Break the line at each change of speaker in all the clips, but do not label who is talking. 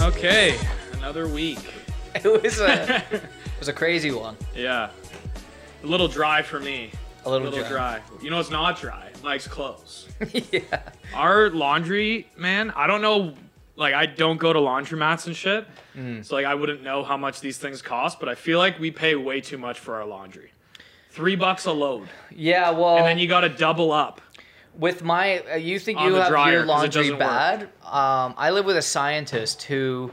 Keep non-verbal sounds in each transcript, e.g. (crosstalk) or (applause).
Okay, another week.
(laughs) It was a, it was a crazy one.
Yeah, a little dry for me.
A little,
dry. You know, it's not dry. Likes clothes.
(laughs) yeah.
Our laundry, man. I don't know. Like, I don't go to laundromats and shit,
Mm.
so like I wouldn't know how much these things cost. But I feel like we pay way too much for our laundry. Three bucks a load,
Yeah. Well,
and then you got to double up.
with my, uh, you think
On
you
the
have
dryer, 'cause
your
it
laundry
doesn't work.
bad? Um, I live with a scientist who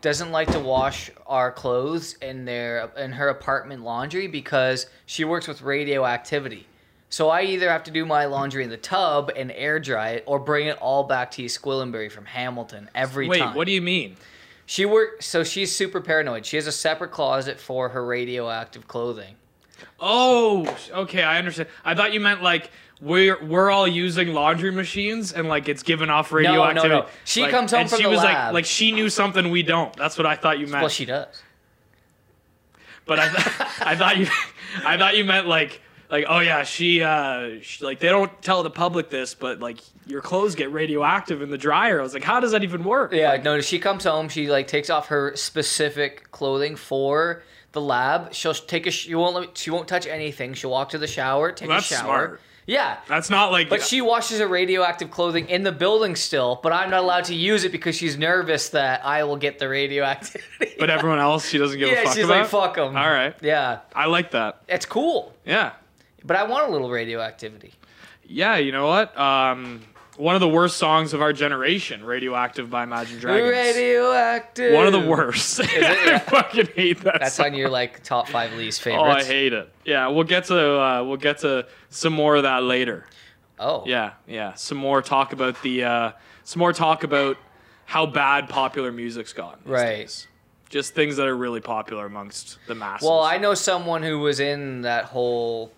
doesn't like to wash our clothes in their in her apartment laundry because she works with radioactivity. So I either have to do my laundry in the tub and air dry it, or bring it all back to you, Squillenberry from Hamilton every
Wait,
time.
what do you mean?
She works, so she's super paranoid. She has a separate closet for her radioactive clothing.
Oh, okay, I understand. I thought you meant like we're we're all using laundry machines and like it's giving off
no, no.
radioactivity.
She
Like,
comes home
and
from
she
the
was like
lab.
like she knew something we don't. That's what I thought you meant.
Well, she does.
but
(laughs)
I th- I thought you I thought you meant like like oh yeah, she uh she, like they don't tell the public this, but like your clothes get radioactive in the dryer. I was like, how does that even work?
Yeah, no. She comes home. She like takes off her specific clothing for the lab. She'll take a. sh- She won't. Let, she won't touch anything. She'll walk to the shower. Take
That's
a shower.
smart.
Yeah.
That's not like
But she washes her radioactive clothing in the building still, but I'm not allowed to use it because she's nervous that I will get the radioactivity.
but everyone else she doesn't give a
(laughs) yeah,
fuck
she's
about.
like, fuck them.
All right.
Yeah,
I like that.
it's cool,
Yeah.
but I want a little radioactivity.
Yeah, you know what? Um, one of the worst songs of our generation, "Radioactive" by Imagine Dragons.
Radioactive.
One of the worst. (laughs) I
Yeah.
fucking hate that.
That's
song.
on your like top five
(laughs)
least
Oh, I
favorites.
hate it. Yeah, we'll get to uh, we'll get to some more of that later.
Oh.
Yeah, yeah. Some more talk about the uh, some more talk about how bad popular music's gotten. these
Right.
days. Just things that are really popular amongst the masses.
Well, I know someone who was in that whole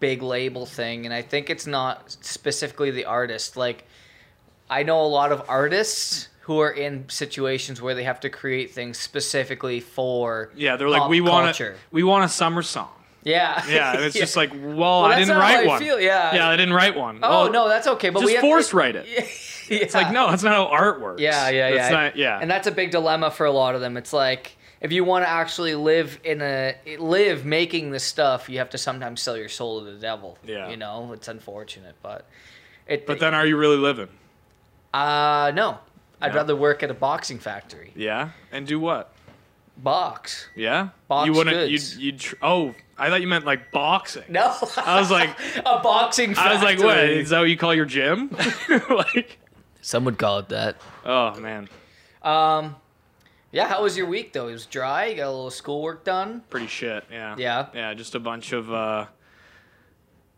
big label thing, and I think it's not specifically the artist. Like, I know a lot of artists who are in situations where they have to create things specifically for
yeah, they're like
pop
we want a,
culture."
we want a summer song.
(laughs) yeah
Yeah, and it's just like, well, I
that's
didn't
not how
write
I
one.
feel, yeah.
yeah, I didn't write one.
oh
Well,
no that's okay but
just
we have
force
to, (laughs)
write it. It's like no, that's not how art works.
Yeah, yeah,
That's
yeah.
not- yeah.
And that's a big dilemma for a lot of them. It's like if you want to actually live in a live making this stuff, you have to sometimes sell your soul to the devil.
Yeah.
You know, it's unfortunate, but it.
but then, are you really living?
uh, no, I'd
Yeah.
rather work at a boxing factory.
Yeah, and do what?
Box. (laughs)
Yeah,
Box
you wouldn't.
goods.
You'd, you'd. Tr- oh, I thought you meant like boxing.
No.
I was like,
(laughs) a boxing. Factory.
I was like, what? Is that what you call your gym? (laughs) like,
Some would call it that.
oh man,
Um, yeah. How was your week though? It was dry. You got a little schoolwork done.
pretty shit. Yeah.
Yeah.
Yeah, just a bunch of. uh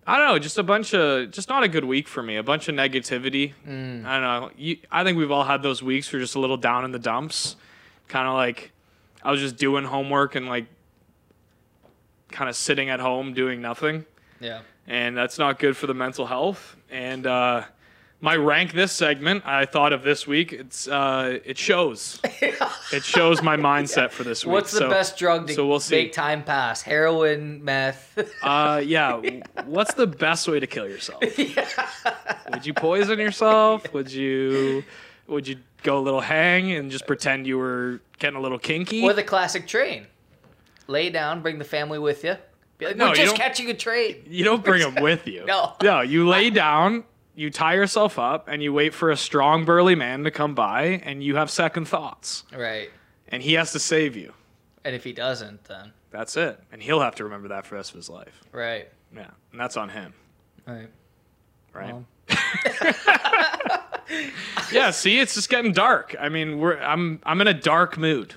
I don't know, just a bunch of, just not a good week for me. A bunch of negativity.
Mm.
I don't know. You, I think we've all had those weeks. We're just a little down in the dumps. Kind of like, I was just doing homework and like, kind of sitting at home doing nothing.
Yeah.
and that's not good for the mental health. And uh, my rank this segment, I thought of this week. It's uh, it
(laughs)
shows, it shows my mindset for this week.
What's the
So-
best drug to
so we'll see.
make time pass? Heroin, meth. (laughs)
Uh, yeah. w- What's the best way to kill yourself? Would you poison yourself? Would you? Would you go a little hang and just pretend you were getting a little kinky?
Or the classic train. Lay down, bring the family with you. Be like,
No,
we're
you
just
don't-
catching a train.
You don't bring them with you.
(laughs) No.
No, you lay down, you tie yourself up, and you wait for a strong, burly man to come by, and you have second thoughts.
Right.
And he has to save you.
And if he doesn't, then.
That's it. And he'll have to remember that for the rest of his life.
Right.
Yeah. And that's on him,
Right.
right?
Well.
(laughs) yeah, see, it's just getting dark. I mean, we're I'm I'm in a dark mood.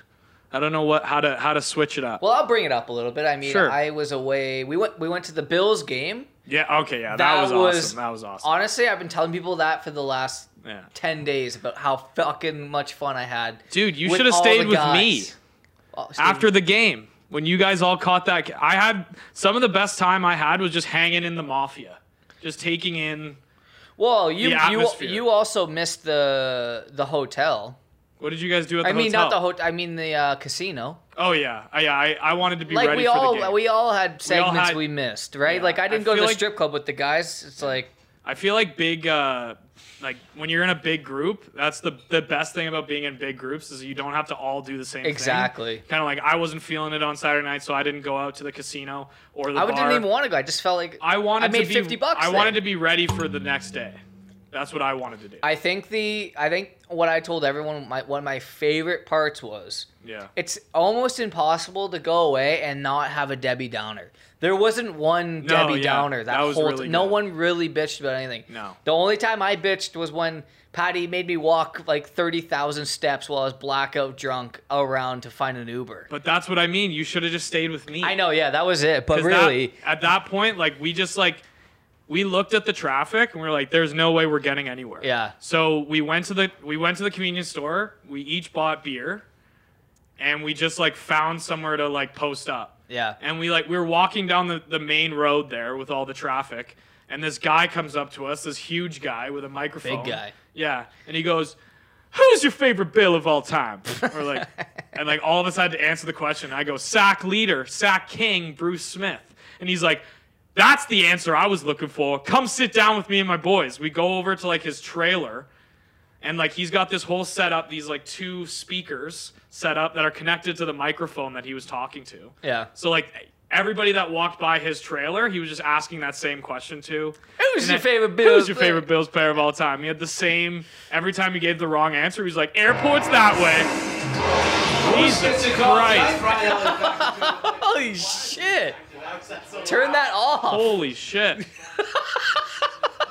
I don't know what how to how to switch it up.
Well, I'll bring it up a little bit. I mean,
Sure.
I was away. We went. We went to the Bills game.
yeah, okay, yeah. That,
that
was,
was
awesome. That was awesome.
Honestly, I've been telling people that for the last
yeah.
ten days about how fucking much fun I had.
Dude, you
with
should have
all
stayed
the
with me.
guys. Oh, Steve,
after the game when you guys all caught that ca- i had some of the best time i had was just hanging in the mafia just taking in
Well, you
the
you
atmosphere.
you also missed the the hotel.
what did you guys do at the
I mean,
hotel?
not the hotel. I mean the uh, casino.
oh yeah I, I i wanted to be
like
ready
we
for
all
the game
we all had
all
segments we,
had-
missed, right?
Yeah.
Like I
I
didn't go to
feel
the
like-
strip club with the guys. It's like
I feel like big, uh, like when you're in a big group, that's the the best thing about being in big groups is you don't have to all do the same thing.
Exactly.
Kind of like I wasn't feeling it on Saturday night, so I didn't go out to the casino or the
I
bar.
didn't even want to go. I just felt like
I wanted
I made
to be,
50 bucks.
I
then.
wanted to be ready for the next day. That's what I wanted to do.
I think the I think what I told everyone my one of my favorite parts was
yeah.
it's almost impossible to go away and not have a Debbie Downer. There wasn't one
No,
Debbie
yeah.
Downer that,
That was
whole
really
no
good.
one really bitched about anything.
No.
The only time I bitched was when Patty made me walk like 30,000 steps while I was blackout drunk around to find an Uber.
But that's what I mean. You should have just stayed with me.
I know, yeah, that was it. But
'Cause that-
really,
at that point, like we just like we looked at the traffic and we are like, there's no way we're getting anywhere.
Yeah.
So we went to the we went to the convenience store. We each bought beer, and we just like found somewhere to like post up.
yeah.
And we like we were walking down the, the main road there with all the traffic, and this guy comes up to us, this huge guy with a microphone.
guy.
Yeah. And he goes, Who's your favorite Bill of all time? Or
(laughs)
like and like all of us had to answer the question. I go, Sack leader, sack king, Bruce Smith. And he's like, That's the answer I was looking for. Come sit down with me and my boys. We go over to like his trailer and like he's got this whole setup, these like two speakers set up that are connected to the microphone that he was talking to.
Yeah.
So like everybody that walked by his trailer, he was just asking that same question to.
Who's
And
your
then,
favorite Bill?
Who's your favorite Bills player of all time? He had the same. Every time he gave the wrong answer, he was like, "Airport's that way." Jesus Christ!
Holy shit. Turn that off.
Holy shit!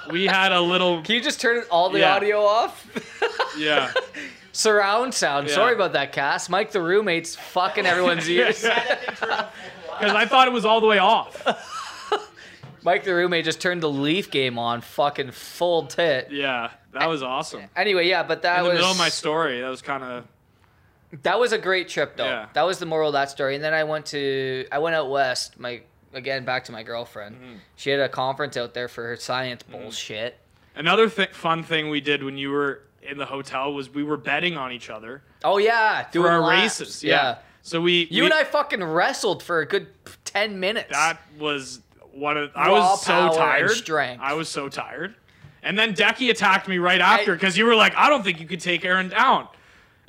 we had a little.
Can you just turn all the
Yeah.
audio off? (laughs)
Yeah.
Surround sound.
Yeah.
Sorry about that, Cass. Mike the roommate's fucking
(laughs)
everyone's ears.
Because I thought it was all the way off.
Mike the roommate just turned the Leaf game on fucking full tit.
Yeah, that was awesome.
Anyway, yeah, but that
In the
was
middle of my story, that was kind of
that was a great trip though.
Yeah.
That was the moral of that story. And then I went to I went out west. My again back to my girlfriend.
Mm-hmm.
She had a conference out there for her science bullshit.
another th- fun thing we did when you were in the hotel was we were betting on each other.
Oh yeah,
through
doing
our
laps.
races. Yeah. So we
You
we-
and I fucking wrestled for a good ten minutes.
that was one of I
Raw
was so
power and
tired.
strength.
I was so tired. And then Decky attacked me right after because you were like, I don't think you could take Aaron down.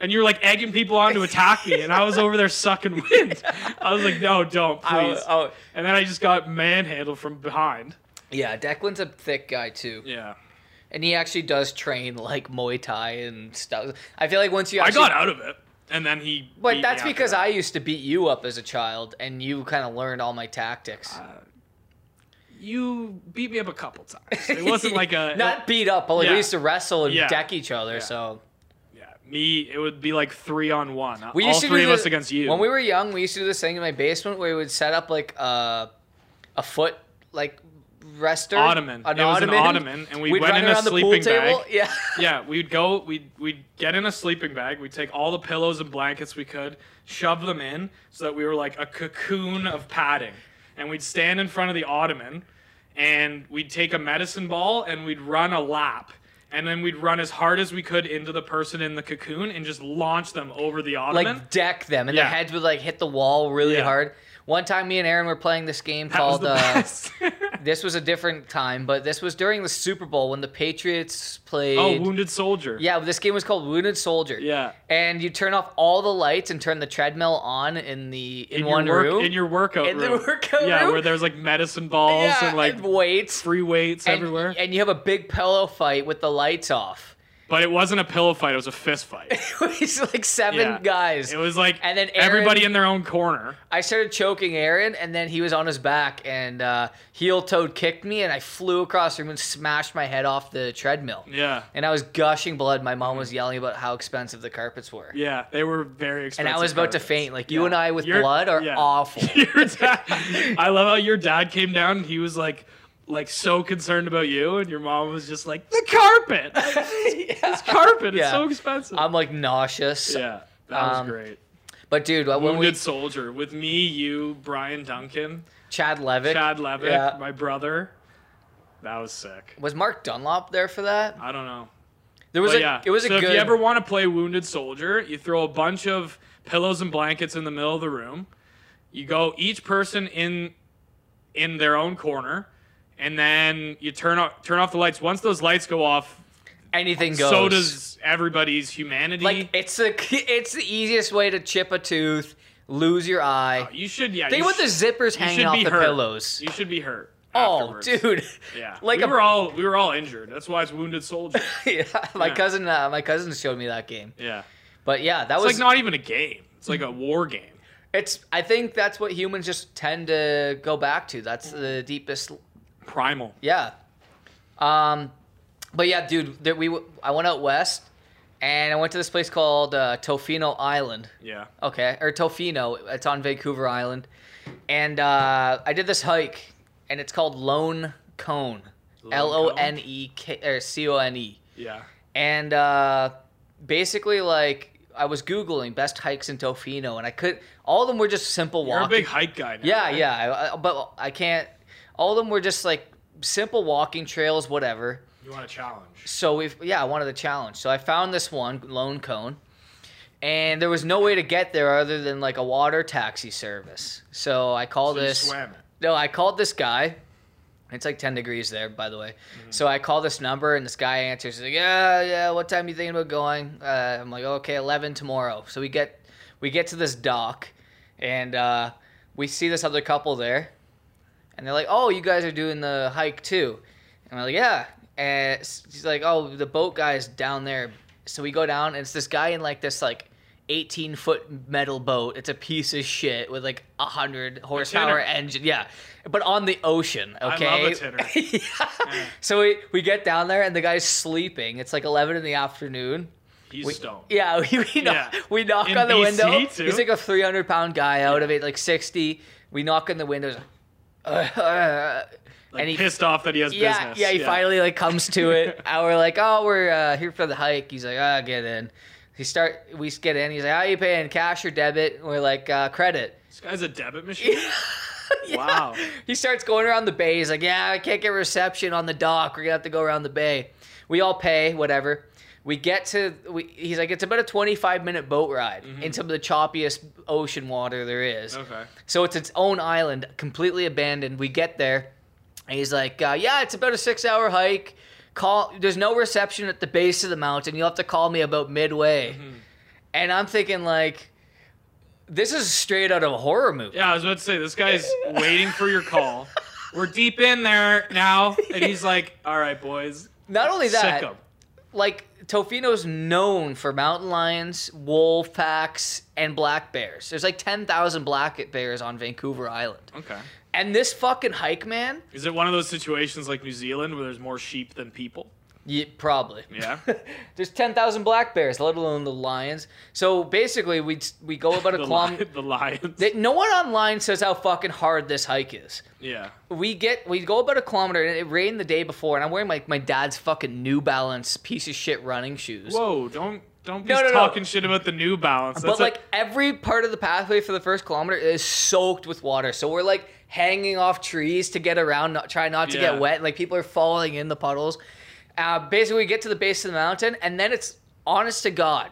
And you were like egging people on
(laughs)
to attack me, and I was over there sucking wind. I was like, "No, don't,
I was-
please."
oh.
And then I just got manhandled from behind.
yeah, Declan's a thick guy too,
Yeah,
and he actually does train like Muay Thai and stuff. I feel like once you
I
actually
got out of it, and then he. beat
But
me
that's
after
because
that.
I used to beat you up as a child, and you kind of learned all my tactics.
Uh, you beat me up a couple times. It
(laughs)
wasn't like a
not beat up, but like
Yeah.
we used to wrestle and
Yeah.
deck each other.
Yeah.
So
Yeah, me. It would be like three on one.
we
All
used to
three
do
of
the-
us against you.
When we were young, we used to do this thing in my basement where we would set up like a a foot like rester
Ottoman. It was an ottoman, and we
We'd
went
run
in a
around the pool
sleeping
table.
bag.
Yeah,
yeah, we'd go. We'd we'd get in a sleeping bag. We'd take all the pillows and blankets we could, shove them in, so that we were like a cocoon of padding. And we'd stand in front of the ottoman, and we'd take a medicine ball and we'd run a lap. And then we'd run as hard as we could into the person in the cocoon and just launch them over the ottoman.
like deck them, and
Yeah.
their heads would like hit the wall really
Yeah.
hard. One time, me and Aaron were playing this game
that was
called
the
uh,
best. (laughs)
(laughs) This was a different time, but this was during the Super Bowl when the Patriots played.
oh, wounded soldier.
Yeah, this game was called Wounded Soldier.
Yeah.
And you turn off all the lights and turn the treadmill on in the in,
in
one
your work,
room.
in your workout
In the
room.
workout
yeah,
room?
where there's like medicine balls
yeah,
and like
weights
free weights (laughs)
and,
everywhere.
And you have a big pillow fight with the lights off. (laughs)
but it wasn't a pillow fight; it was a fist fight.
it's like (laughs) seven
Yeah.
guys.
It was like
And then
everybody
Aaron-
in their own corner.
I started choking Aaron, and then he was on his back, and uh, heel toed kicked me, and I flew across the room and smashed my head off the treadmill.
Yeah,
And I was gushing blood. My mom was yelling about how expensive the carpets were.
yeah, they were very
and
expensive.
I was about to
carpets.
faint. Like you
Yeah.
and I with
Your-
blood are
yeah.
awful.
(laughs) Your dad,
(laughs)
I love how your dad came down. And he was like, like so concerned about you, and your mom was just like, the carpet, (laughs) this carpet, it's
Yeah.
so expensive.
I'm like nauseous.
yeah, that was
um,
great.
But dude, when
Wounded
we
soldier with me, you, Brian Duncan.
Chad Levick,
Chad Levick,
yeah.
my brother. That was sick.
was Mark Dunlop there for that?
I don't know.
There was
but
a
Uh, yeah,
it was
so
a good
if you ever want to play Wounded Soldier, you throw a bunch of pillows and blankets in the middle of the room. You go each person in in their own corner, and then you turn off turn off the lights. Once those lights go off,
Anything goes.
so does everybody's humanity.
Like it's the (laughs) it's the easiest way to chip a tooth, lose your eye.
you should yeah.
Think
you
about the
sh-
zippers
you
hanging
should
off
be
the
hurt.
pillows.
You should be hurt.
Oh,
afterwards.
dude.
Yeah,
(laughs) Like
we
a-
were all we were all injured. That's why it's wounded soldier. (laughs)
(laughs) yeah, my
Yeah.
cousin, uh, my cousin showed me that game.
Yeah,
But yeah, that
it's
was
like not even a game. It's like a war game.
It's. I think that's what humans just tend to go back to. That's the deepest.
Primal.
Yeah. Um, but yeah, dude, there, we w- I went out west, and I went to this place called uh, Tofino Island.
Yeah.
Okay, or Tofino. It's on Vancouver Island, and uh, I did this hike, and it's called Lone Cone.
Lone
L O N E K or C O N E.
Yeah.
and uh, basically like I was googling best hikes in Tofino, and I could all of them were just simple
You're a
walking.
big hike guy. Now,
yeah,
right?
yeah, I, I, but I can't. All of them were just like simple walking trails, whatever.
You want a challenge?
So we've yeah, I wanted a challenge, so I found this one lone cone, and there was no way to get there other than like a water taxi service. So I called
So you
this.
swam it.
No, I called this guy. It's like 10 degrees there, by the way. So I call this number, and this guy answers. He's like, yeah, yeah. What time you thinking about going? Uh, I'm like, okay, 11 tomorrow. So we get we get to this dock, and uh, we see this other couple there, and they're like, oh, you guys are doing the hike too, and we're like, yeah. And s- he's like, oh, the boat guy's down there. So we go down, and it's this guy in like this like 18 foot metal boat. It's a piece of shit with like a hundred horsepower
tender.
engine. Yeah, but on the ocean.
love
Okay.
a tender.
(laughs)
Yeah.
So we, we get down there and the guy's sleeping. It's like 11 in the afternoon.
He's
We,
stoned.
Yeah, (laughs) we, we knock,
Yeah.
we knock
In
on the
BC
window.
too?
He's like a 300 pound guy out of it, like 60. We knock on the windows. "Uh,
Like pissed off that he has
(laughs) yeah,
business.
Yeah, he finally like comes
(laughs)
to it. and we're like, oh, we're uh, here for the hike. He's like, ah, get in. He start, we get in. He's like, how you paying, cash or debit? And we're like, uh, credit.
This guy's a debit machine. Wow.
He starts going around the bay. He's like, yeah, I can't get reception on the dock. We're gonna have to go around the bay. We all pay, whatever. We get to. We, he's like, it's about a 25 minute boat ride
Mm-hmm.
in some of the choppiest ocean water there is.
(laughs) Okay.
So it's its own island, completely abandoned. We get there, and he's like, uh, "Yeah, it's about a six-hour hike. Call. There's no reception at the base of the mountain. You'll have to call me about midway."
Mm-hmm.
And I'm thinking like, this is straight out of a horror movie.
Yeah, I was about to say this guy's waiting for your call. We're deep in there now, and he's like, "All right, boys,
Not only that,
sick 'em."
like Tofino's known for mountain lions, wolf packs, and black bears. There's like 10,000 black bears on Vancouver Island.
Okay.
And this fucking hike, man,
Is it one of those situations like New Zealand where there's more sheep than people?
yeah, probably.
Yeah.
(laughs) There's 10,000 black bears, let alone the lions. So basically, we we go about
(laughs)
a
the,
kilometer.
li- the lions.
That- No one online says how fucking hard this hike is.
yeah.
We get we go about a kilometer, and it rained the day before, and I'm wearing like my dad's fucking New Balance piece of shit running shoes.
Whoa! Don't don't be
No, no, no.
talking shit about the New Balance. That's
but like
a,
every part of the pathway for the first kilometer is soaked with water. So we're like hanging off trees to get around, not try not to
Yeah.
get wet. Like people are falling in the puddles. Uh, basically, we get to the base of the mountain, and then it's honest to God,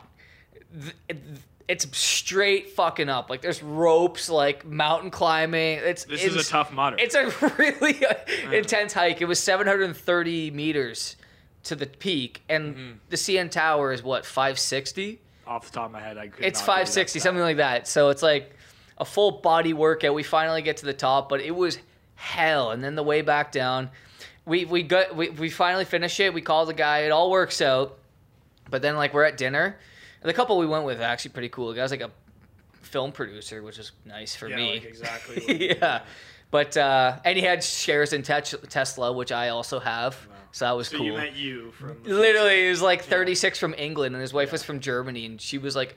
th- th- it's straight fucking up. Like there's ropes, like mountain climbing. It's
this is a
it's-
tough mutter.
It's a (laughs) really uh, intense hike. It was 730 meters to the peak, and
Mm-hmm.
the CN Tower is what 560
Off the top of my head, I could.
it's
not do that
560
stuff.
something like that so it's like a full body workout we finally get to the top but it was hell and then the way back down we we got we, we finally finish it we call the guy it all works out but then like we're at dinner the couple we went with actually pretty cool the guy's like a film producer which is nice for
Yeah,
me (laughs)
like exactly. what you did.
yeah but uh and he had shares in Tet- tesla which i also have so that was
So
cool
you met you from the
Literally, he was like 36 from England, and his wife was from Germany, and she was like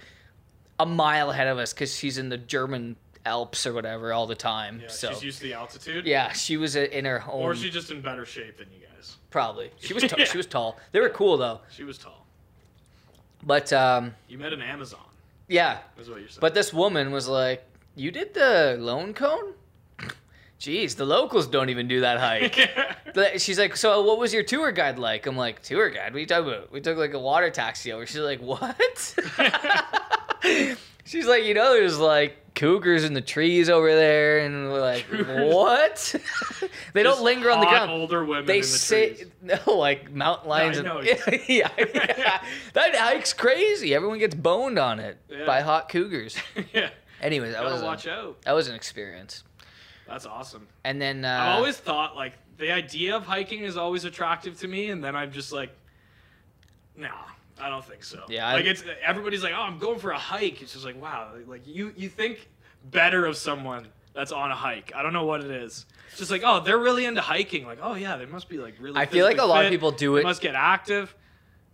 a mile ahead of us because she's in the German Alps or whatever all the time.
Yeah,
so
she's used to the altitude.
yeah, she was i- in her home.
Or she's just in better shape than you guys. (laughs)
probably she was t-
Yeah.
she was tall. They were cool though,
She was tall.
but um,
You met an Amazon.
yeah.
Is what you're saying. (laughs)
But this woman was like, "You did the lone cone." Jeez, the locals don't even do that hike. Like, She's like, so what was your tour guide like? I'm like, tour guide? What are you talking about? We took like a water taxi over. She's like, what? (laughs) She's like, you know, there's like cougars in the trees over there, and we're like,
Cougars.
what? (laughs) they
Just
don't linger on the
odd
ground.
Older women.
They
in the
say
trees.
(laughs)
(laughs)
no, like mountain lions.
know.
and, (laughs) yeah, yeah. that hike's crazy. Everyone gets boned on it
Yeah.
by hot cougars.
yeah.
Anyway, that
Gotta
was
watch
a,
out.
that was an experience.
That's awesome.
And then uh,
I've always thought like the idea of hiking is always attractive to me, and then I'm just like, nah, I don't think so.
Yeah, I-
like it's everybody's like, oh, I'm going for a hike. It's just like, wow, like you you think better of someone that's on a hike. I don't know what it is. It's just like, oh, they're really into hiking. Like, oh yeah, they must be like really.
I feel like
physically
a lot of
fit.
people do
They
it-
Must get active.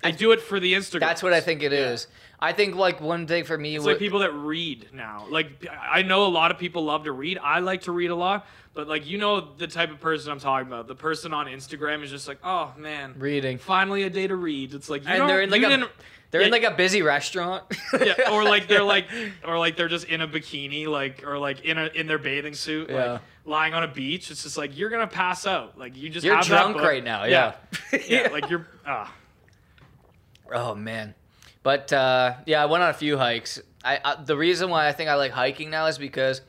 I do it for the Instagram.
that's what I think it is.
Yeah.
I think like one thing for me
It's
was
like people that read now. Like I know a lot of people love to read. I like to read a lot, but like you know the type of person I'm talking about. The person on Instagram is just like, oh man,
reading.
finally a day to read. It's like you
And
don't-
they're in like
you
a
didn't-
they're in
yeah.
like a busy restaurant. (laughs)
yeah, or like they're like or like they're just in a bikini, like or like in a in their bathing suit,
Yeah.
like lying on a beach. It's just like you're gonna pass out. Like you just
You're
have that
drunk
book.
right now. (laughs) Yeah.
yeah, like you're. ah.
Oh man, but uh, yeah, I went on a few hikes. I, I the reason why I think I like hiking now is because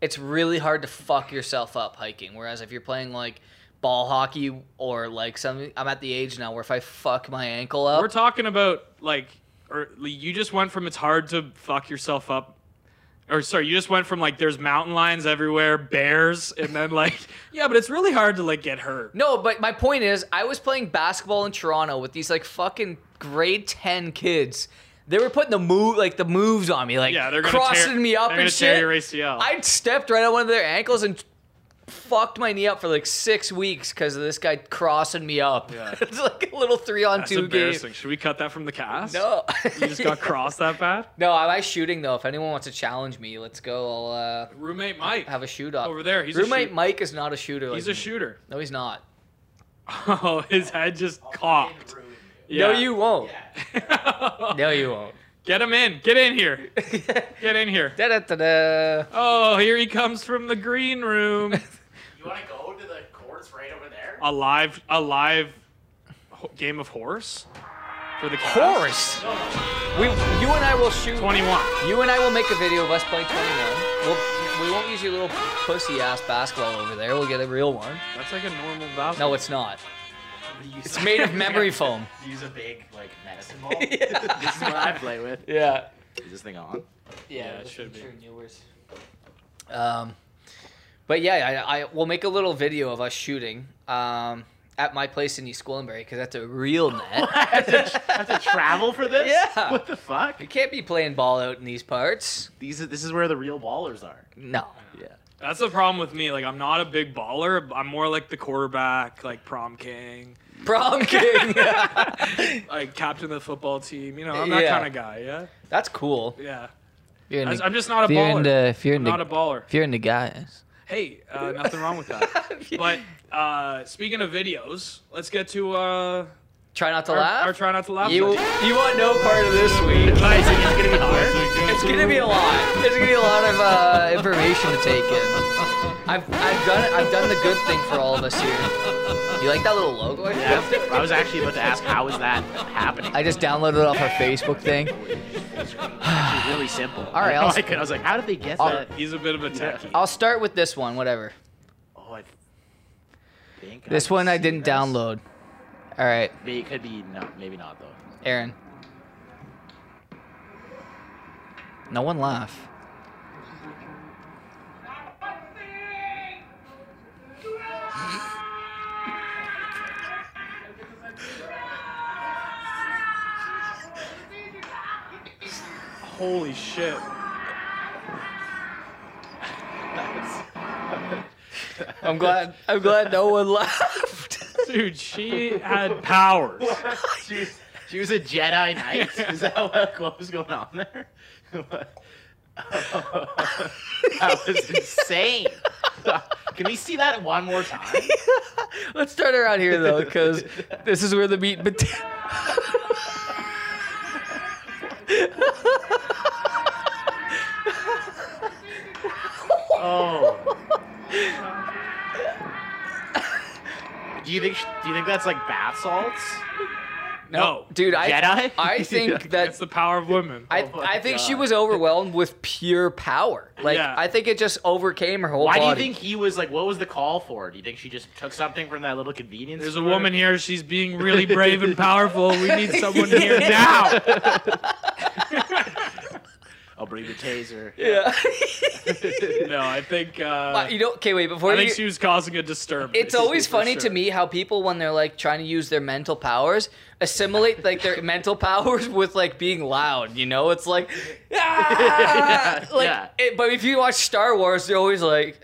it's really hard to fuck yourself up hiking. Whereas if you're playing like ball hockey or like something, I'm at the age now where if I fuck my ankle up,
We're talking about like, or you just went from it's hard to fuck yourself up, or sorry, you just went from like there's mountain lions everywhere, bears, and then like
(laughs)
yeah, but it's really hard to like get hurt.
No, but my point is, I was playing basketball in Toronto with these like fucking grade ten kids. They were putting the move like the moves on me, like
Yeah, they're gonna
crossing
tear-
me up
they're
and
gonna
shit.
tear your ACL.
I stepped right on one of their ankles and fucked my knee up for like six weeks because of this guy crossing me up.
Yeah.
(laughs) it's like a little three on
That's
two game.
embarrassing. Should we cut that from the cast?
No,
You just
(laughs)
got crossed that bad.
no, I like shooting though. If anyone wants to challenge me, let's go. I'll uh,
(laughs) Roommate Mike
have a shoot up
Over there, he's a
roommate
shoot-
Mike is not a shooter. like
He's a
me.
shooter. (laughs)
No, he's not.
Oh, his head just cocked.
No, you won't. No, you won't.
(laughs) Get him in. Get in here. Get in
(laughs)
here.
Da-da-da-da.
Oh, here he comes from the green room.
You want to go to the courts right over there?
a live a live ho- game of horse for the cast?
Horse. We, you and I will shoot.
21
You and I will make a video of us playing 21. We'll, we won't use your little pussy ass basketball over there. We'll get a real one.
that's like a normal valve
No, it's not.
Use,
It's made of memory foam.
use a big like medicine ball.
(laughs) Yeah.
This is what I play with.
Yeah.
Is this thing on?
Yeah, it should be.
Um, but yeah, I, I we'll make a little video of us shooting um, at my place in East Gwillimbury because that's a real
(laughs)
net.
(laughs) I have, to, I have to travel for this?
Yeah.
What the
(laughs)
fuck?
you can't be playing ball out in these parts.
These are, this is where the real ballers are.
No.
Yeah.
that's the problem with me like i'm not a big baller i'm more like the quarterback like prom king
(laughs) Prom king.
like captain of the football team you know i'm that
Yeah.
kind of guy yeah
that's cool.
yeah
You're
I, am just not a
if you're
baller
into if you're
I'm
into
not a baller
if you're into guys.
hey uh, nothing wrong with
(laughs)
that but uh speaking of videos let's get to uh
Try not to
our,
laugh.
our try not to laugh
you
session.
(laughs) you want no part of this week.
Guys, it's gonna be hard.
It's gonna be a lot. There's gonna be a lot of uh, information to take in. I've I've done I've done the good thing for all of us here. You like that little logo? I have?
Yeah. I was actually about to ask, how is that happening?
I just downloaded it off our Facebook thing.
It's really simple. All
right,
I,
I'll-
was (laughs) like, I was like, how did they get
I'll-
that?
he's a bit of a techie
I'll start with this one. Whatever.
Oh, I think
This
I've
one I
seen
didn't
this.
download. All right,
Maybe it could be no, maybe not though.
Aaron. No one laugh.
holy shit
I'm glad. I'm glad no one laughed. (laughs)
dude she had powers
she, was, she was a Jedi Knight. Is that what, what was going on there? (laughs) that was insane. Can we see that one more time?
Let's start around here though, because this is where the meat. But (laughs)
Oh. Do you think do you think that's like bath salts?
No.
dude. I
Jedi? (laughs)
I think
That's
that
the power of women.
I,
Oh my
I think she
God.
was overwhelmed with pure power. Like
Yeah.
I think it just overcame her whole
Why do you
body.
think he was like? What was the call for? Do you think she just took something from that little convenience?
There's a
store?
woman here. She's being really brave and powerful. We
(laughs)
need someone here now.
I'll bring the taser.
(laughs) yeah. (laughs)
No, I think.
Uh,
Uh,
you know, okay, wait. Before
I
you,
think she was causing a disturbance.
(laughs)
it's always
for
funny to
sure.
me how people, when they're like trying to use their mental powers, assimilate like
(laughs)
their mental powers with like being loud. You know, it's like, ah! like.
yeah.
It, but if you watch Star Wars, they're always like,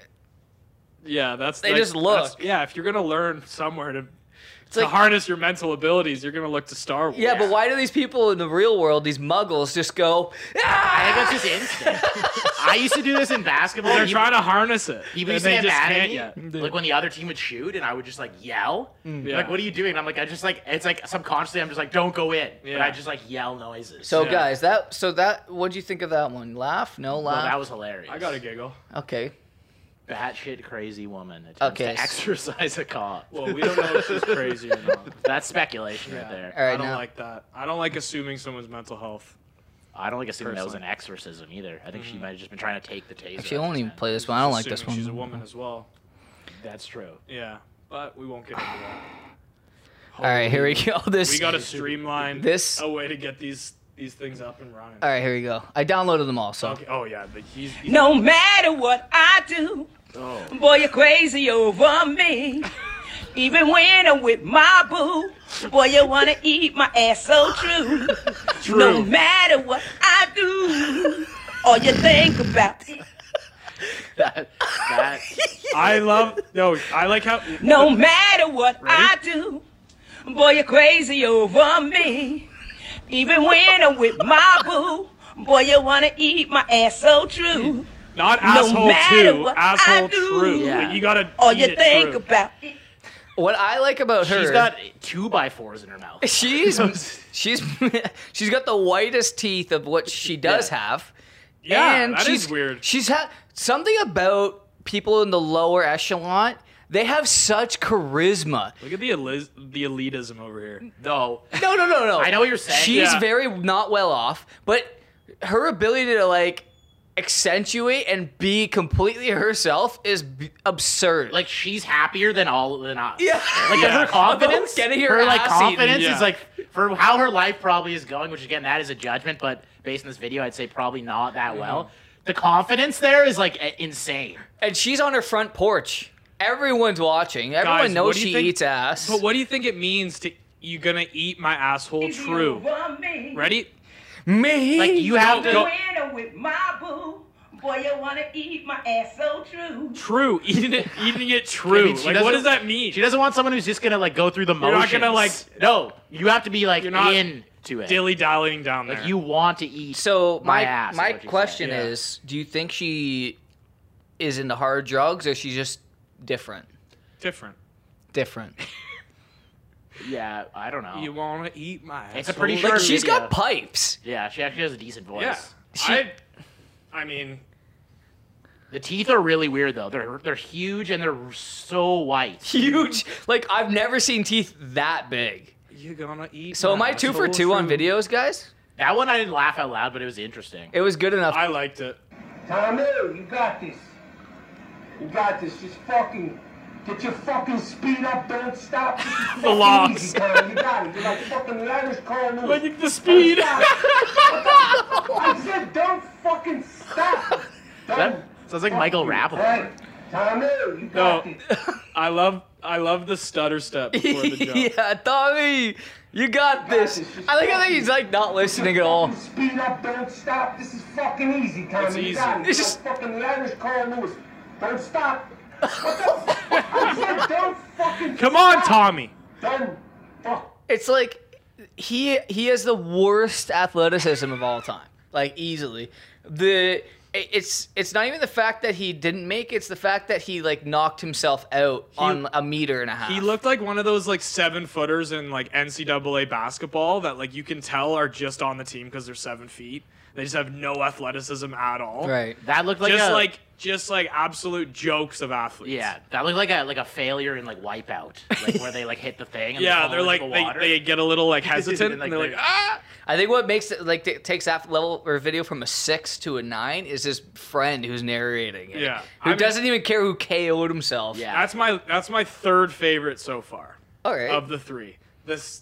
Yeah, that's.
They
like-
just look.
that's- Yeah, if you're gonna learn somewhere to, to
like-
harness your mental abilities, you're gonna look to Star Wars.
yeah, But why do these people in the real world, these Muggles, just go?
I
Ah!
think that's just instinct. I used to do this in basketball.
They're
You-
trying to harness it. and
People used to
they
get
just
mad
can't
at me,
yet. Mm.
like when the other team would shoot, and I would just like yell,
Yeah.
like "What are you doing?" And I'm like, I just like it's like subconsciously I'm just like, "Don't go in," but
Yeah.
I just like yell noises.
(laughs) So
Yeah.
guys, that so that what do you think of that one? Laugh? No
Well, that
laugh.
was hilarious.
I got to giggle.
okay.
batshit crazy woman attempts
Okay,
to
so-
exercise a cop.
Well, we don't know if she's crazy or not.
(laughs) That's speculation
Yeah.
right there.
All right,
I don't
now-
like that. I don't like assuming someone's mental health.
I don't think assuming that was an
Personally. Mm.
exorcism either. I think she might have just been trying to take the taser.
Actually, I
out of
won't
his
even
hand.
play this one. I don't like
Assuming
this one.
She's a woman as well.
That's true.
Yeah, but we won't get into that.
All right, here we go. (laughs) This.
We got to streamline
This-
a way to get these these things up and running.
All right, here we go. I downloaded them all. So
Okay. Oh yeah, but he's,
(laughs)
he's
No matter what I do,
Oh.
boy, you're crazy over me. Even when I'm with my boo, boy, you wanna eat my ass so true.
true.
No matter what I do, all you think about.
(laughs) That, that
I love no. I like how
No matter what I do, boy, you're crazy over me. Even when I'm with my boo, boy, you wanna eat my ass so true.
not asshole
matter
too,
what I
asshole
do.
true.
Yeah.
Like, you gotta
All
eat
you
it
think
true.
about.
what I like about (laughs) her,
she's got two by fours in her mouth.
(laughs) she's
(laughs)
she's (laughs) she's got the whitest teeth of what she does have.
Yeah,
and
that is
she's,
weird.
She's had something about people in the lower echelon. They have such charisma.
Look at the eliz- the elitism over here.
Though
No, no, no, no.
I know what you're saying.
She's
Yeah.
very not well off, but her ability to like accentuate and be completely herself is b- absurd.
like she's happier than all than
(laughs)
us.
Yeah.
Like
Yeah.
her confidence,
Getting her
like
ass eaten.
confidence
Yeah.
is like for how her life probably is going. Which again, that is a judgment, but based on this video, I'd say probably not
Mm-hmm.
that well. The confidence there is like i- insane.
and she's on her front porch. Everyone's watching. Everyone
Guys, what
knows
do you
she
think-
eats ass.
But what do you think it means to you gonna eat my asshole true? Ready?
Me?
Like you have to.
go-
Winner with my boo. Boy, you wanna eat my ass so true.
True. (laughs) Eating it eating it true.
I mean, she
like what
doesn't-
does that mean?
She doesn't want someone who's just gonna like go through the
You're not
motions.
gonna, like-
no. You have to be like
You're not
in to it.
Dilly dallying down there.
Like you want to eat.
so my
My ass is
my
what you
question
said. Yeah.
is, do you think she is into hard drugs or she's just different?
different.
Different.
yeah, I don't know.
You wanna eat my asshole?
It's a pretty
(laughs) Like
Sure,
she's
yeah.
got pipes. (laughs)
yeah, she actually has a decent voice.
Yeah.
She-
I I mean
The teeth are really weird though. They're they're huge and they're so white.
Huge. Like I've never seen teeth that big.
you're gonna eat
So am
my
I two for
asshole
two on
true.
videos, guys?
That one I didn't laugh out loud, but it was interesting.
It was good enough.
(laughs) I liked it.
Tommy, you got this. You got this. Just fucking get your fucking speed up. Don't stop. This is fucking
logs.
easy, Tommy. You got it. You're like fucking lighters calling
But
me.
you- the speed.
I said don't
(laughs)
fucking stop.
That sounds like Michael Rappaport.
Hey, Tommy, you
No.
got this.
(laughs) I love I love the stutter step before
(laughs)
the jump.
yeah, Tommy, you got this. I like how he's like not listening at all.
Fucking Speed up, don't stop. This is fucking easy, Tommy.
It's
You
easy.
got it.
It's
You're
just-
like fucking lighters calling Lewis.
(laughs)
Don't stop. What the? I said don't fucking.
Come on,
stop.
Tommy.
Don't fuck.
It's like he he has the worst athleticism of all time, like easily. The it- it's it's not even the fact that he didn't make it, it's the fact that he like knocked himself out on a meter and a half.
He looked like one of those like seven footers in like NCAA basketball that like you can tell are just on the team because they're seven feet. They just have no athleticism at all.
right.
That looked like
just
a,
like just like absolute jokes of athletes.
yeah, that looked like a like a failure in like Wipeout, like where they like hit the thing. And
(laughs)
they
Yeah,
fall
they're
into
like
the
they,
water.
they get a little like hesitant
And,
and,
like,
they're like
they-
ah.
I think what makes it like t- takes that level or video from a six to a nine is his friend who's narrating it.
Yeah. I
Who
mean-
doesn't even care who KO'd himself.
Yeah.
That's my that's my third favorite so far
All right.
of the three. This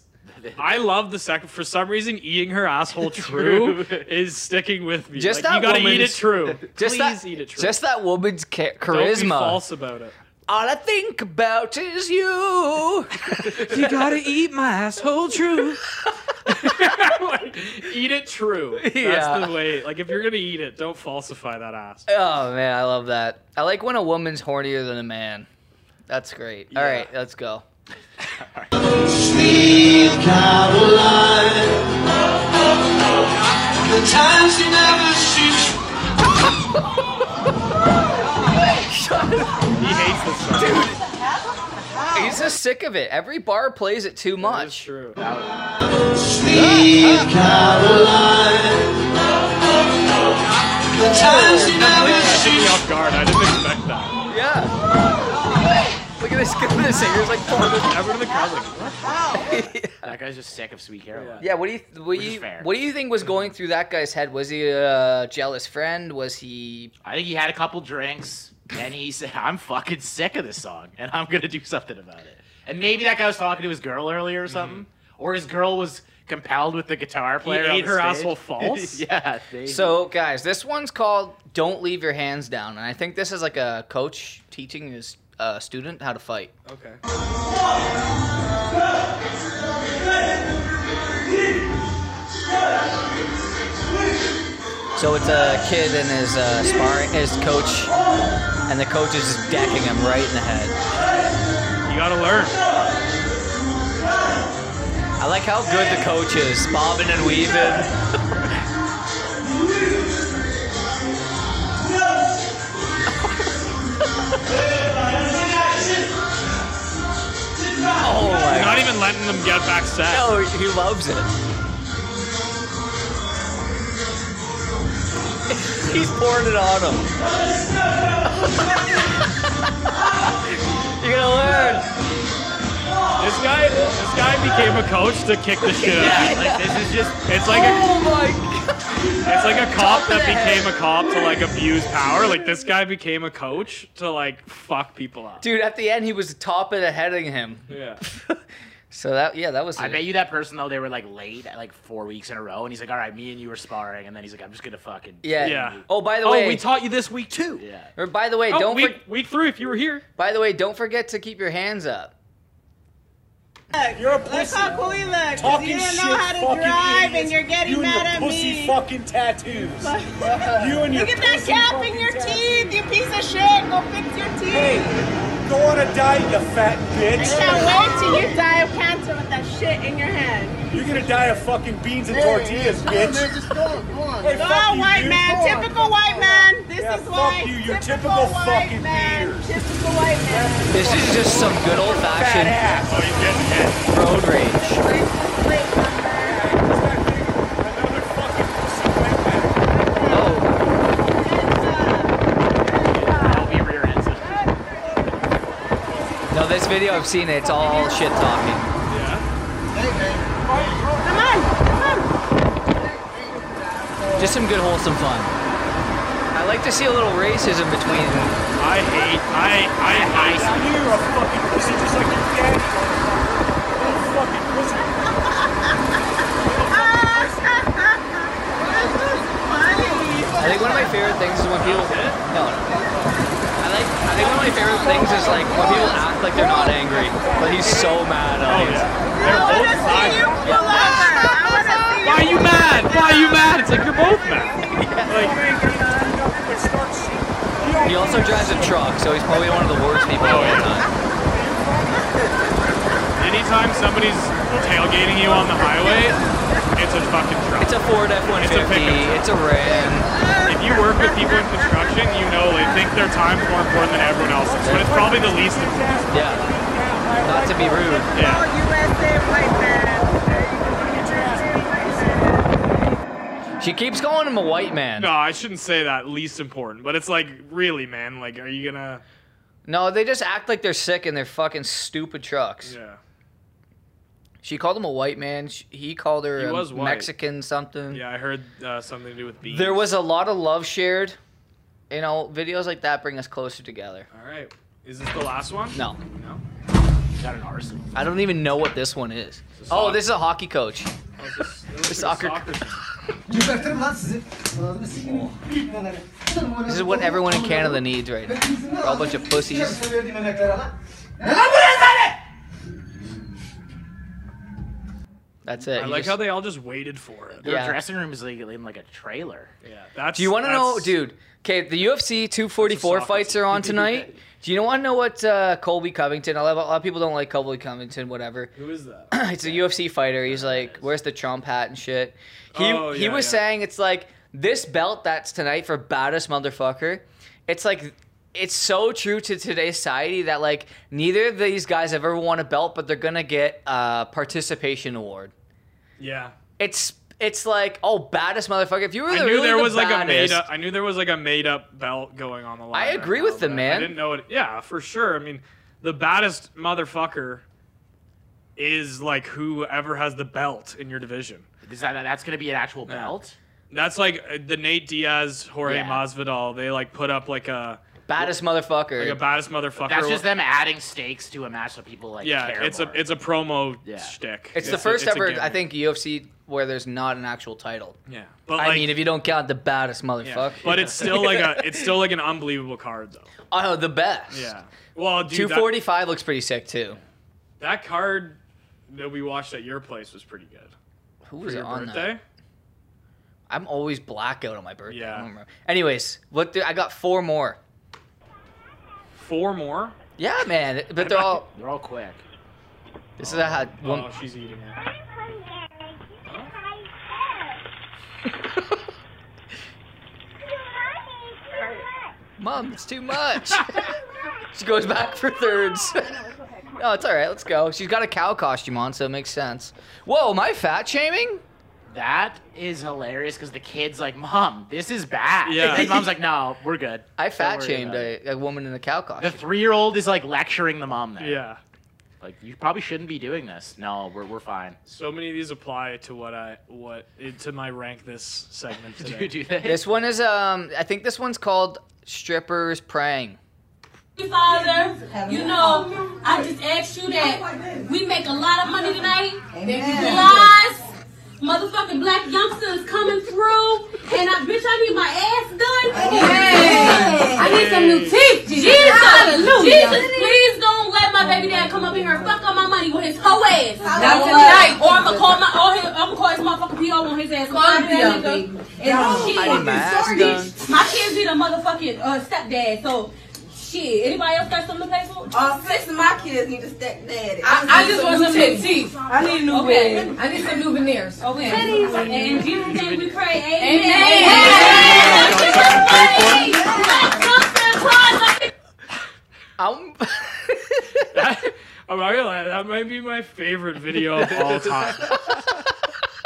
I love the second. For some reason, eating her
(laughs)
asshole true, is sticking with me.
Just
like, you
that
gotta eat it
woman's-
true.
just
Please
that,
eat it true.
just that woman's cha-
Don't
charisma.
be false about it. (laughs)
All I think about is you.
You gotta eat my asshole true. like, eat it
(laughs)
true. That's
Yeah.
the way. Like if you're gonna eat it, don't falsify that ass.
oh man, I love that. I like when a woman's hornier than a man. That's great. All right, let's go.
Sweet Caroline. The time she never seems.
Ah,
He hates this song.
He's just sick of it. Every bar plays it too
That is
much.
true.
Sweet Caroline. The time she never
Took
seems.
me off guard. I didn't expect that.
Yeah. Look at this. Look at this singer's like. pulling his-
Everyone in the crowd's like, what?
that guy's just sick of Sweet Caroline.
Yeah, what do you what
Which
do
is
you,
fair.
what do you think was going through that guy's head? Was he a jealous friend? Was he
I think he had a couple drinks, and he said, "I'm fucking sick of this song, and I'm gonna do something about it." And maybe that guy was talking to his girl earlier
Mm-hmm.
or something, or his girl was compelled with the guitar player. on
ate
the
her
stage.
asshole false?
(laughs) yeah. They,
So guys, this one's called "Don't Leave Your Hands Down," and I think this is like a coach teaching his uh, student how to fight.
Okay.
So it's a kid and his uh, sparring his coach, and the coach is just decking him right in the head.
You gotta learn.
I like how good the coach is, bobbing
(laughs)
and weaving. Oh my
Not even letting them get back set.
No, he loves it. (laughs) He's pouring it on him. (laughs) You're gonna learn.
This guy, this guy became a coach to kick the shit out. of me. Like this is just, it's like a,
Oh my!
it's like a cop
of
that
the head.
became a cop to like abuse power. Like this guy became a coach to like fuck people up.
Dude, at the end, he was top of the heading him.
Yeah.
So that, yeah, that was.
I bet you that person though they were like late like four weeks in a row, and he's like, "All right, me and you are sparring," and then he's like, "I'm just gonna fucking
Yeah.
Yeah.
Oh, by the way,
Oh, we taught you this week too.
yeah."
or by the way,
Oh,
(laughs) don't.
week,
for-
week three if you were here.
by the way, don't forget to keep your hands up.
You're a pussy.
Let's talk Kalila, because
Talking
you didn't
shit,
know how to
fucking
drive
idiots.
and you're getting
you
mad
and
at
your pussy
me.
fucking
(laughs)
tattoos. you and your
Look at that
pussy
gap
fucking
in your
tattoos.
teeth, you piece of shit. Go fix your
Hey,
teeth.
go on a diet, you fat
I
bitch.
can't wait till you die of cancer with that shit in your hand.
You're gonna die of fucking beans and tortillas, bitch. Hey,
Go
fuck
on,
you,
white
dude.
man.
Go on.
typical white man. This
Yeah,
is
fuck
why.
you, you
typical,
typical
white
fucking
man.
beaters.
Typical white man.
This is just some good old
Fat
fashioned
ass. Oh, you getting hit.
road rage.
Another fucking pussy white man.
Oh,
I'll be rear ended.
no, this video I've seen it. It's all shit talking.
Come on, come on.
Just some good wholesome fun. I like to see a little racism between
I hate, I, I
I
hate.
knew you were a fucking pussy just like your daddy. Little fucking pussy.
I think one of my favorite things is when people. No, no. I like. I think one of my favorite things is like when people act like they're not angry, but he's so mad at
Oh
it.
yeah.
I want to see you pull over. I want to see you.
Why are you mad? Why are you mad? It's like you're both mad.
It starts
He also
Oh,
drives a truck, so he's probably one of the worst people of all time.
And anytime somebody's tailgating you on the highway, it's a fucking truck.
It's a Ford F-150.
It's a pickup.
It's a Ram.
If you work with people in construction, you know they think their time's more important than everyone else's, but it's probably the least important.
Yeah. Not to be rude.
Yeah.
She keeps calling him a white man.
No, I shouldn't say that least important, but it's like really, man. Like, are you gonna?
No, they just act like they're sick in their fucking stupid trucks.
Yeah.
She called him a white man. Sh- He called her
He
a
was white.
Mexican something.
Yeah, I heard uh, something to do with bees.
There was a lot of love shared. You know, videos like that bring us closer together.
All right. Is this the last one?
No,
No.
Is that an arson?
I don't even know what this one is. Oh, this is a hockey coach.
Oh, is this- it looks like
Soccer.
a soccer
(laughs)
team.
Oh. This is what everyone in Canada needs right now. We're all a bunch of pussies. That's it.
I
You
like
just-
how they all just waited for it.
Their
Yeah.
dressing room is like in like a trailer.
Yeah. That's.
Do you want to know,
that's-
dude? Okay, the UFC 244
That's a soccer
fights are
(laughs)
on tonight. Do you want to know what uh, Colby Covington? A lot, of, a lot of people don't like Colby Covington, whatever.
Who is that?
(laughs) (clears throat) it's a UFC fighter. He's like, where's the Trump hat and shit? He
Oh,
he
yeah,
was
yeah.
saying it's like this belt that's tonight for baddest motherfucker. It's like it's so true to today's society that like neither of these guys have ever won a belt, but they're gonna get a participation award.
yeah.
It's it's like oh baddest motherfucker. If you were
I
the,
knew
really
there
the
was like a uh, made
baddest-
up. I knew there was like a made up belt going on the line.
I
right
agree
now,
with them,
but
man.
I didn't know it. Yeah, for sure. I mean, the baddest motherfucker is like whoever has the belt in your division.
Is that that's gonna be an actual belt?
That's like uh, the Nate Diaz, Jorge
Yeah.
Masvidal. They like put up like a
baddest motherfucker.
like a baddest motherfucker.
That's just them adding stakes to a match so people like.
yeah,
care
it's
more.
a it's a promo
Yeah.
shtick.
it's, the
a-
first
it's a
ever
gimmick.
I think UFC where there's not an actual title.
Yeah, but
I mean, if you don't count the baddest motherfucker,
but it's still like a it's still like an unbelievable card though.
(laughs) oh the best.
Yeah. Well, dude,
Two
that-
forty five looks pretty sick too.
That card that we watched at your place was pretty good.
Who
For
was
your
on
birthday?
that? I'm always blackout on my birthday.
Yeah.
I don't remember. Anyways, what do, I got four more.
Four more?
Yeah, man. But they're all.
They're all quick.
This is a had one.
Oh, she's eating it.
Mom, it's too much. (laughs) she goes back for thirds. (laughs) no, it's all right. Let's go. She's got a cow costume on, so it makes sense. Whoa, am I fat shaming?
That is hilarious because the kid's like, "Mom, this is bad."
Yeah.
And
(laughs)
mom's like, "No, we're good."
I
Don't
fat
worry
shamed
about it."
a, a woman in a cow
The
costume.
three-year-old is like lecturing the mom there.
Yeah.
Like, you probably shouldn't be doing this. No, we're we're fine.
So many of these apply to what I what to my rank this
(laughs)
segment
(laughs) Do
today.
you do that?
This one is um. I think this one's called strippers praying.
Father, you know, I just asked you that we make a lot of money tonight. There's lots motherfucking black youngsters coming through, and I, bitch, I need my ass done. I need some new teeth. Jesus, Jesus, please don't let my baby dad come up in here and fuck up my money with his hoe ass. Not tonight. Or I'ma call my, or his, I'ma call his motherfucking PO on his ass. Call him that nigga. And shit.
I need my ass done.
My kids be the motherfucking uh, stepdad, so shit. Anybody else got something to pay for?
Uh, six of my kids need to step daddy.
I, I just want some new teeth.
I need a new
Okay.
bed. I need some new veneers.
Okay. And in Jesus' name we pray. Amen.
(laughs)
(laughs)
Um,
(laughs) I'm not gonna lie, that might be my favorite video of
(laughs)
all time.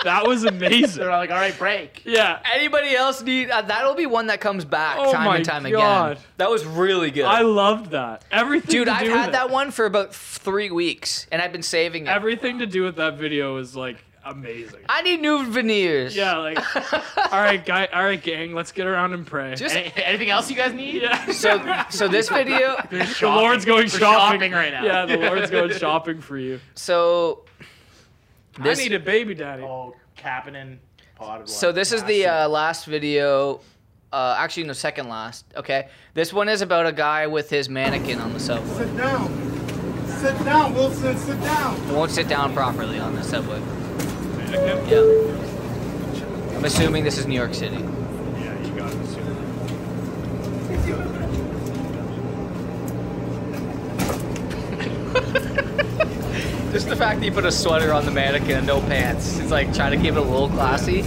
that was amazing.
They're like, "All right, break."
Yeah.
anybody else need? Uh, that'll be one that comes back
Oh
time
my
and time
God.
again. That was really good.
I loved that. Everything
Dude,
to
I've
do
had
with
that
it-
one for about three weeks, and I've been saving it.
Everything to do with that video is like amazing.
I need new veneers.
Yeah, (laughs) like all right, guy all right, gang, let's get around and pray.
Just-
Any- anything else you guys
(laughs)
need?
yeah.
(laughs)
(laughs)
So, so this video,
the Lord's going
We're
shopping.
shopping right now.
Yeah, the Lord's going shopping for you.
so
I
this,
need a baby daddy.
Oh, Kapanen. Pod of
so
luck.
this is the uh, last video. Uh, actually, no, second last. Okay, this one is about a guy with his mannequin on the subway.
Sit down. Sit down, Wilson. Sit down.
He won't sit down properly on the subway.
Mannequin?
Yeah. I'm assuming this is New York City.
Yeah, you got it.
Just the fact that you put a sweater on the mannequin and no pants. It's like trying to keep it a little classy.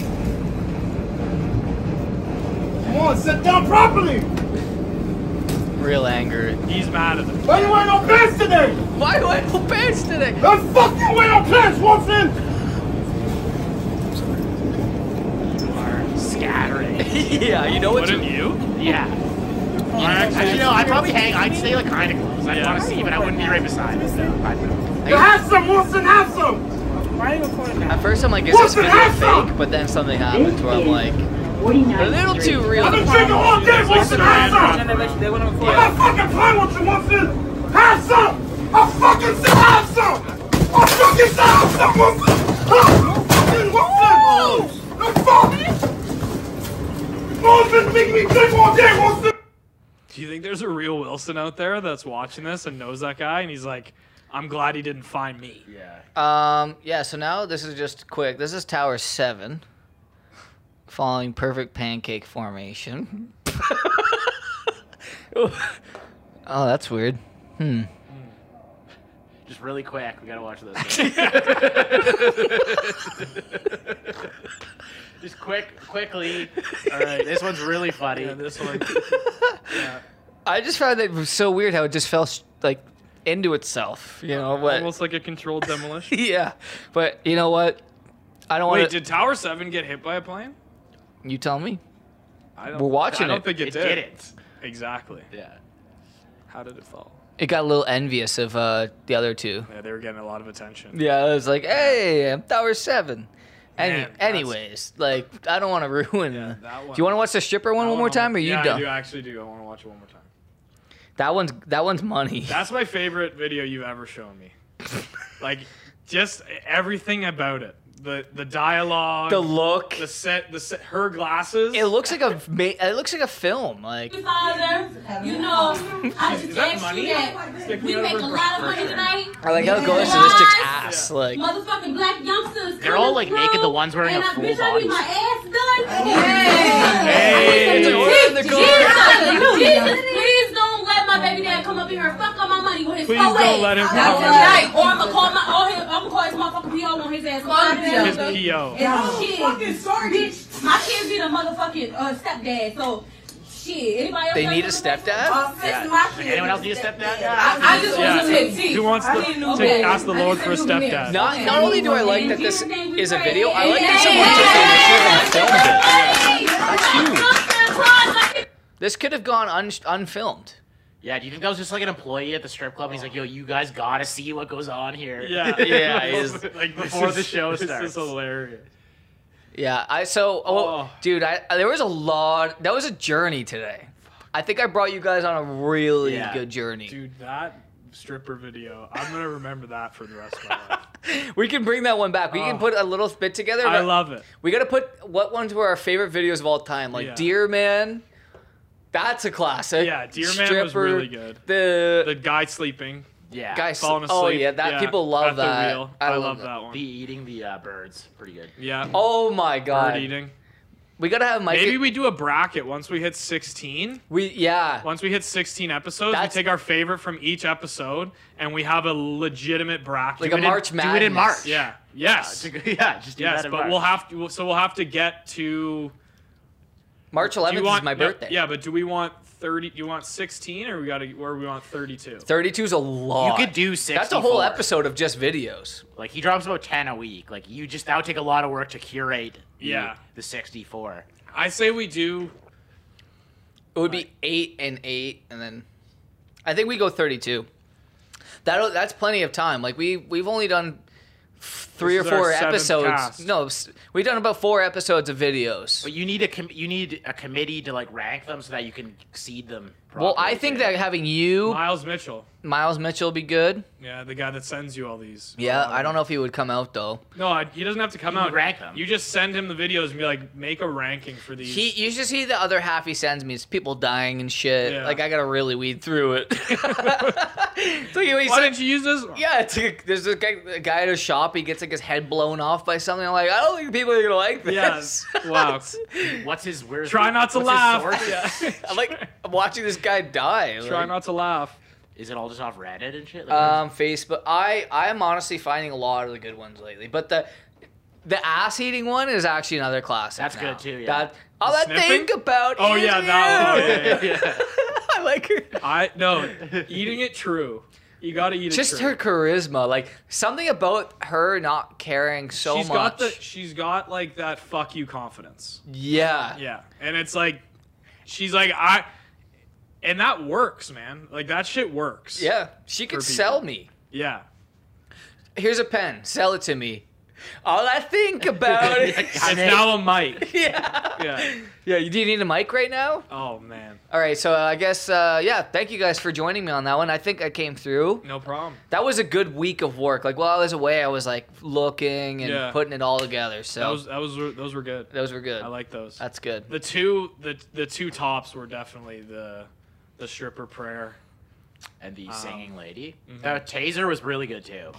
Come on, sit down properly.
Real anger.
He's mad at them.
Why you wearing no pants today?
Why do I have no pants today?
I fucking wear no pants, Watson.
Scattering.
(laughs) yeah, you know what?
Wouldn't you?
Yeah.
Actually,
Actually, no, I'd probably hang. I'd stay like kind of close. I'd
Yeah.
want to see, but I wouldn't be right beside him. No, I'd
You have some, Watson. Have some.
Why are you recording
At
that?
first, I'm like, is this
What's the
video
hassle?
fake? But then something happens where I'm like, a little too real.
I've been drinking all day, Watson. Have
And
some.
then they let you- they went on the floor.
I'm not fucking playing with you, Watson. Have some. I fucking said have some. I fucking said have some, Watson. Huh? No fucking
Oh.
Watson. No fuck. No one's been making me drink all day, Watson.
Do you think there's a real Wilson out there that's watching this and knows that guy and he's like, I'm glad he didn't find me.
Um, yeah, so now this is just quick. This is Tower 7. Following perfect pancake formation. (laughs) oh, that's weird.
Just really quick, we gotta watch this. (laughs) Just quick, quickly. All right, this one's really funny.
Yeah, this one.
I just found that it was so weird how it just fell sh- like into itself. You know what? (laughs)
Almost like a controlled demolition.
yeah, but you know (laughs) what? I don't
Wait,
want
did Tower 7 get hit by a plane?
You tell me.
I don't,
We're watching
I don't
it.
think it,
it
did.
did it.
Exactly.
Yeah.
How did it fall?
It got a little envious of uh, the other two.
Yeah, they were getting a lot of attention.
Yeah, it was like, hey, I'm Tower Seven. Any,
Man, that's-
anyways, like I don't want to (laughs) ruin.
Yeah, that
do you want to watch the stripper one
I
one more
wanna-
time, or you
yeah, I
done?
do actually do. I want to watch it one more time.
That one's that one's money.
That's my favorite video you've ever shown
(laughs)
me. like, just everything about it. The the dialogue,
the look.
the set, the set, her glasses.
It looks like a ma- it looks like a film. (laughs) Like
Father, you know, I just asked you that we make a lot of money tonight.
I like how it goes to this chick's ass. Like
Motherfucking black youngsters.
They're all, like,
coming
naked,
through,
the ones wearing
and
a
I
full
bitch, I need
body.
my ass done.
Hey.
Hey.
Jesus, Jesus, please don't let my baby dad come up in here and fuck up my money with his
Please
toe
don't let him
ass.
up in
come
Or I'ma call my, or him, I'ma call his motherfucking PO on his ass.
his PO.
Shit. Bitch, my kids need a motherfucking uh, stepdad. So, shit. Anybody else
they
got
need a
something to say?
stepdad.
Uh,
Anyone else need a stepdad?
I just
Yeah.
want to take
Who wants
I
to,
didn't know
to
that.
ask the
I
Lord
didn't
for a
know that.
stepdad?
Not not only do I like that this is a video, I like that someone took the
Hey.
initiative and filmed it.
Hey.
This could have gone un- unfilmed.
Yeah, do you think that was just like an employee at the strip club? And he's like, yo, you guys gotta see what goes on here.
Yeah,
(laughs)
(laughs)
Yeah,
Like,
it is.
like this
Before
is-
the show
This is
starts.
hilarious.
Yeah, I so oh,
Oh.
dude, I there was a lot. That was a journey today. I think I brought you guys on a really
Yeah.
good journey.
Dude, that stripper video, I'm gonna remember that for the rest of
(laughs)
my life.
(laughs) We can bring that one back. We can
Oh.
put a little bit together.
I
but
love it.
we got to put what ones were our favorite videos of all time, like
Yeah.
Dear Man. That's a classic.
Yeah, Dear Man was really good. The
The,
guy sleeping,
Yeah.
guy s-
falling asleep.
Oh yeah, that people love
at the
that.
wheel. I, love that, one.
The eating the uh, birds. Pretty (laughs) good.
Yeah,
Oh my god.
bird eating.
We gotta have Mike.
Maybe we do a bracket once we hit 16.
we yeah.
Once we hit 16 episodes,
That's-
we take our favorite from each episode and we have a legitimate bracket.
Like a
it in-
March Ah,
do it
Madness.
in March.
yeah.
Uh,
Yes.
to- yeah, just do
Yes,
that in
but
March.
we'll have to. So we'll have to get to.
March
do
11th
you want
is my
yeah,
birthday.
Yeah, but do we want thirty? Do you want sixteen, or we got to where we want thirty-two?
32 is a lot.
You could do 64.
That's a whole episode of just videos.
Like he drops about ten a week. Like you just that would take a lot of work to curate. the-
Yeah.
The sixty four.
I say we do.
It would be eight and eight, and then I think we go thirty-two. That that's plenty of time. Like we we've only done f- three
This
or
is our
four
seventh
episodes.
cast.
No, s- we've done about four episodes of videos.
But you need a com- you need a committee to like rank them so that you can seed them.
Well, I
properly.
think that having you,
Miles Mitchell.
Miles Mitchell, would be good.
Yeah, the guy that sends you all these.
Yeah,
Um,
I don't know if he would come out though.
No, I, he doesn't have to come
You
out.
rank them.
You just send him the videos and be like, make a ranking for these.
He, you should see the other half he sends me. It's people dying and shit.
Yeah.
Like I gotta really weed through
(laughs)
it. it's like when he
Why
sent-
didn't you use this? one?
Yeah, it's like, there's this guy, a guy at a shop. He gets like his head blown off by something. I'm like, I don't think people are gonna like this.
Yes.
(laughs)
Wow.
What's his where's
Try
the-
not to
what's his
laugh.
(laughs)
(laughs)
source?
Yeah.
I'm like I'm watching this guy die.
Try
like,
not to laugh.
Is it all just off Reddit and shit? Like,
Um, Facebook. I I'm honestly finding a lot of the good ones lately, but the the ass eating one is actually another classic.
That's
now.
good too, yeah.
That all I
Sniffing?
think about.
Oh
is
yeah, that
you.
one. Yeah, yeah, yeah.
(laughs) I like her.
I no, eating it true. You gotta eat it.
Just
true.
her charisma, like something about her not caring so
She's
much.
got the. She's got like that. Fuck you confidence.
yeah.
Yeah, and it's like, she's like I, and that works, man. Like that shit works.
Yeah, she could
For people.
sell me.
Yeah.
Here's a pen. Sell it to me. All I
(laughs)
think about is.
It's now a mic.
(laughs) yeah.
Yeah.
Yeah. You, do you need a mic right now?
Oh man.
All right. So uh, I guess uh, yeah. Thank you guys for joining me on that one. I think I came through.
No problem.
That was a good week of work. Like while I was away, I was like looking and
Yeah.
putting it all together. So
That was that was those were good.
those were good.
I like those.
That's
(laughs)
good.
The two the the two tops were definitely the the stripper prayer.
and
um,
the singing lady.
mm-hmm.
Uh, Taser was really good too.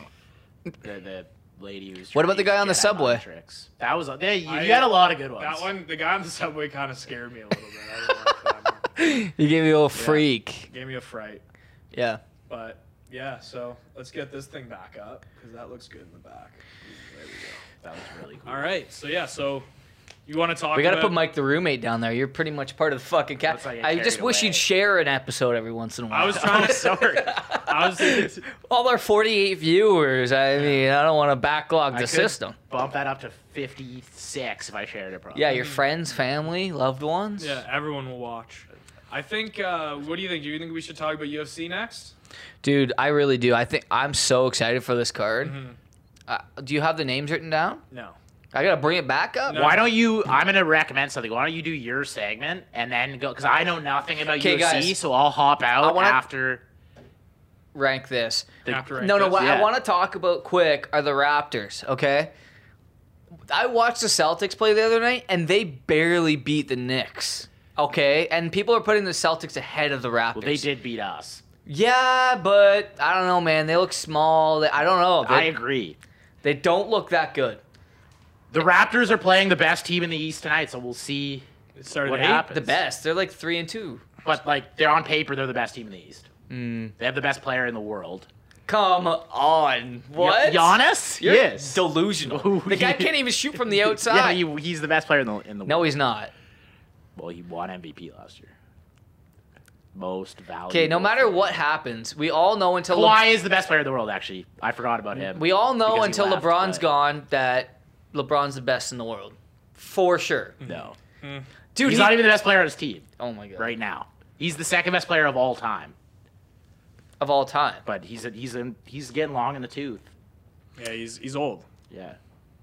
The, the lady who was.
What about
trying
the guy
to
on
get
the
at
subway?
mind Tricks. That was. Yeah, you,
I-
you had a lot of good ones.
That one, the guy on the subway, kind of scared me a little bit. I didn't like that one.
you gave me a little freak.
Gave me a fright.
Yeah.
But yeah, so let's get this thing back up because that looks good in the back. There we go.
That was really cool.
All right, so yeah, so you want to talk?
We gotta
about-
put Mike the roommate down there. You're pretty much part of the fucking cast.
Looks like I
I
carried
just wish
away.
you'd share an episode every once in a while.
I was
(laughs)
trying to. Sorry. (laughs) I was.
all our 48 viewers. I mean, I don't want to backlog
I
the
could
system.
Bump that up to fifty-six if I shared it. Probably.
Yeah, your friends, family, loved ones.
Mm. Yeah, everyone will watch. I think. Uh, what do you think? Do you think we should talk about UFC next?
Dude, I really do. I think I'm so excited for this card.
Mm-hmm.
Uh, do you have the names written down?
No.
I got to bring it back up.
No.
Why don't you? I'm gonna recommend something. Why don't you do your segment and then go? Because I know nothing about
'Kay,
UFC,
guys.
so I'll hop out
I wanna-
after.
Rank this.
The,
After I
no, no,
guess.
what I
yeah.
want to talk about quick are the Raptors, okay? I watched the Celtics play the other night and they barely beat the Knicks. Okay, and people are putting the Celtics ahead of the Raptors.
well, they did beat us.
Yeah, but I don't know, man. They look small. They- I don't know. They,
I agree.
They don't look that good.
The Raptors are playing the best team in the East tonight, so we'll see.
It started
What
at eight?
happened?
The best. They're like three and two.
But like, they're on paper, they're the best team in the East. They have the best player in the world.
Come on. What?
Y- Giannis?
You're
yes.
Delusional.
Ooh,
The guy
yeah.
can't even shoot from the
(laughs) yeah,
outside.
he, he's the best player in the in the
no,
world.
he's not.
Well, he won MVP last year. Most valuable.
Okay, no matter what happens, we all know until Le-
Kawhi is the best player in the world. Actually, I forgot about him.
we all know
because he
until
left,
LeBron's
but-
gone that LeBron's the best in the world, for sure.
No,
Dude,
he's
he-
not even the best player on his team
oh my god,
right now. He's the second best player of all time,
of all time.
but he's he's in, he's getting long in the tooth.
Yeah, he's he's old.
Yeah,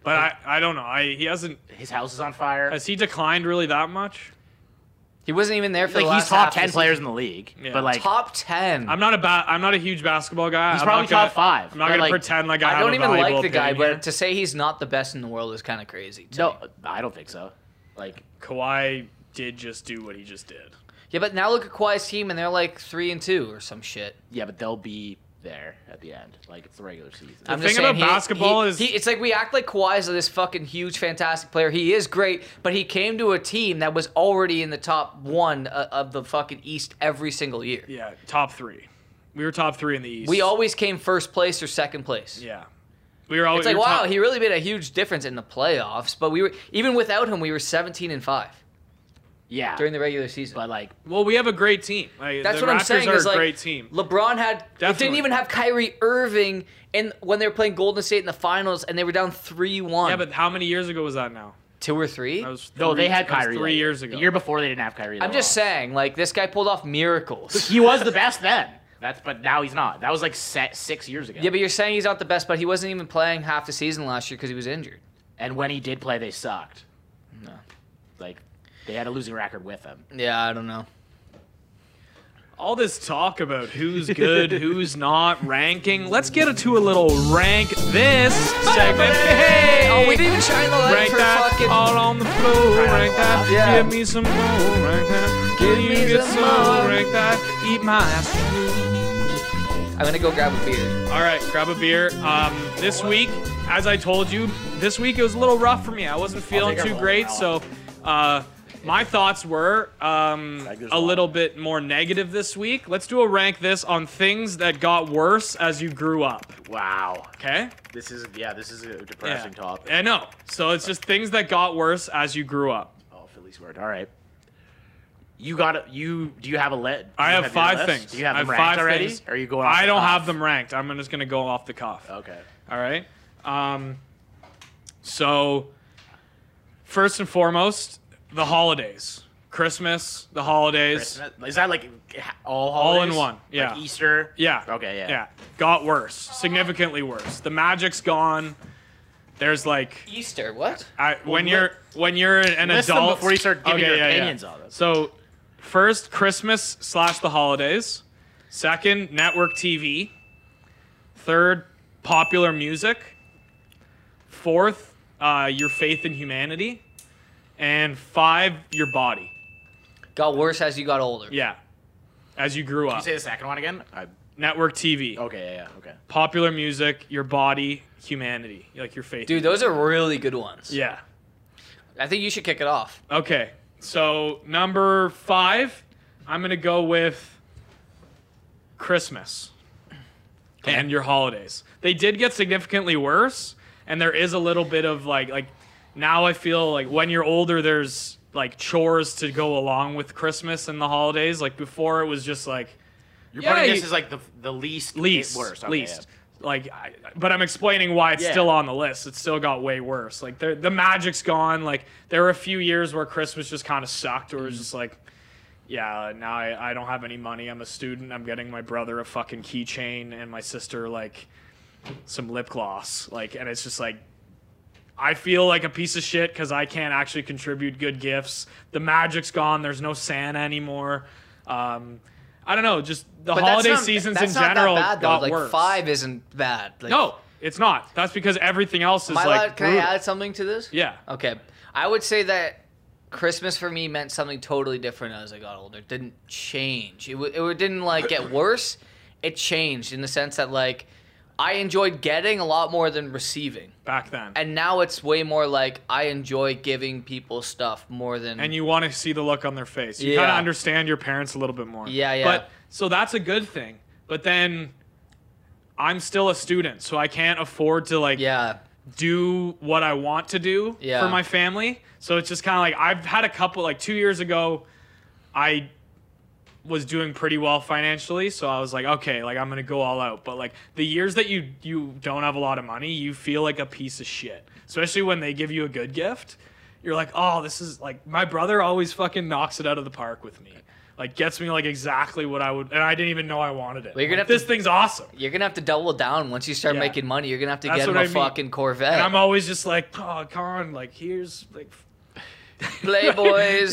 But I, I don't know. I he hasn't
his house is on fire.
has he declined really that much?
He wasn't even there for the
like
last
he's top
half of
ten
the
players in the league,
Yeah.
but like
season. top ten.
I'm not a ba- I'm not a huge basketball guy.
He's
I'm
probably
not gonna-
top five,
I'm not
but,
gonna
like,
pretend like I,
I
have
don't
a
even like
valuable
the guy,
opinion.
but to say he's not the best in the world is kind of crazy. to
no,
me.
I don't think so. Like
Kawhi did just do what he just did.
Yeah, but now look at Kawhi's team, and they're like three and two or some shit.
yeah, but they'll be there at the end. Like it's the regular season.
I'm
thing
just saying
about
he-
basketball
he-
is-
he, it's like we act like Kawhi's this fucking huge, fantastic player. He is great, but he came to a team that was already in the top one uh, of the fucking East every single year.
Yeah, top three. We were top three in the East.
We always came first place or second place.
yeah. We were always
It's like wow, he really made a huge difference in the playoffs. But we were even without him, we were 17 and five
yeah,
during the regular season.
but like
well, we have a great team. Like,
That's
the
what
Raptors
I'm saying.
Are
Is
a
like
great team.
LeBron had it didn't
Definitely.
even have Kyrie Irving, and when they were playing Golden State in the finals, and they were down three one.
yeah, but how many years ago was that now?
two or three.
That was
no,
three-
they had
that was
Kyrie
three
that
years ago.
The year before they didn't have Kyrie.
I'm
they
just
lost.
saying, like this guy pulled off
(laughs)
miracles.
he was the best then. That's but now he's not. That was like set six years ago.
yeah, but you're saying he's not the best, but he wasn't even playing half the season last year because he was injured.
and when he did play, they sucked. No, like they had a losing record with him.
Yeah, I don't know.
All this talk about who's (laughs) good, who's not, ranking. Let's get it to a little rank this segment. Hey,
Oh, we didn't even shine the light
rank
for
that
fucking.
all on the floor. Rank that,
Yeah.
give me some more. Rank that, give
Give
you
me
get
some
some
more.
more. Rank that, eat my ass.
I'm gonna go grab a beer.
All right, grab a beer. Um, this week, as I told you, this week it was a little rough for me. I wasn't feeling
take a
too
roll
great,
now.
so uh, My thoughts were um, a little bit more negative this week. Let's do a rank this on things that got worse as you grew up.
Wow.
Okay.
This is yeah. This is a depressing topic.
I know. So it's just things that got worse as you grew up.
Oh, Philly's word. All right. You got to You do you have a lead?
I have, five things.
Do you have,
I have
them
five
ranked already?
things.
Or are you going? off
I
the
don't
top?
have them ranked. I'm just gonna go off the cuff.
Okay.
All right. Um, so, first and foremost, the holidays, Christmas, the holidays,
Christmas. Is that like all
all in
holidays?
one.
Like
Yeah.
Easter.
Yeah.
Okay. Yeah.
Yeah. Got worse, significantly worse. The magic's gone. There's like
Easter, what?
I, when
li-
you're when you're an
List them
adult
before you start giving your opinions on them.
So, first Christmas slash the holidays. Second, network TV. Third, popular music. Fourth, uh, your faith in humanity. And five, your body.
Got worse as you got older.
Yeah, as you grew
Can you
up.
say Oh. the second one again?
Uh,
I,
Network TV,
okay. Yeah. Yeah. Okay.
popular music, your body, humanity, like your faith.
Dude, those are really good ones.
Yeah.
I think you should kick it off.
Okay. So number five, I'm gonna go with Christmas and your holidays. They did get significantly worse, and there is a little bit of like like now I feel like when you're older, there's like chores to go along with Christmas and the holidays. Like before, it was just like
You're
Yeah,
putting
you-
this as like the the least
least
worst. Okay,
least. Like, I, but I'm explaining why it's
Yeah.
still on the list. It still got way worse. Like the the magic's gone. Like there were a few years where Christmas just kind of sucked,
Mm.
or it was just like, yeah, now I, I don't have any money. I'm a student. I'm getting my brother a fucking keychain and my sister like some lip gloss. Like, and it's just like. I feel like a piece of shit because I can't actually contribute good gifts. The magic's gone. There's no Santa anymore. Um, I don't know. Just the
But that's
holiday
not-
seasons in
that's not that
general
bad, though.
got
like
worse.
five isn't bad. Like,
No, it's not. That's because everything else is
Am I
like.
allowed- can I
brutal.
add something to this?
Yeah.
Okay. I would say that Christmas for me meant something totally different as I got older. It didn't change. It, w- it didn't
(clears throat)
like get worse. It changed in the sense that like I enjoyed getting a lot more than receiving.
Back then.
And now it's way more like I enjoy giving people stuff more than
and you want to see the look on their face. You kind
Yeah.
of understand your parents a little bit more.
Yeah, yeah.
But so that's a good thing. But then I'm still a student, so I can't afford to like
Yeah.
do what I want to do
Yeah.
for my family. So it's just kind of like I've had a couple like 2 years ago I was doing pretty well financially, so I was like, okay, like I'm going to go all out. But like the years that you you don't have a lot of money, you feel like a piece of shit. Especially when they give you a good gift. You're like, "Oh, this is like my brother always fucking knocks it out of the park with me." Like gets me like exactly what I would and I didn't even know I wanted it.
Well, you're gonna
Like,
have
this
to-
thing's awesome.
You're gonna have to double down once you start
Yeah.
making money. You're gonna have to
That's
get him
what
a
I mean.
fucking Corvette.
And I'm always just like, oh, Con, like, here's like
Playboys.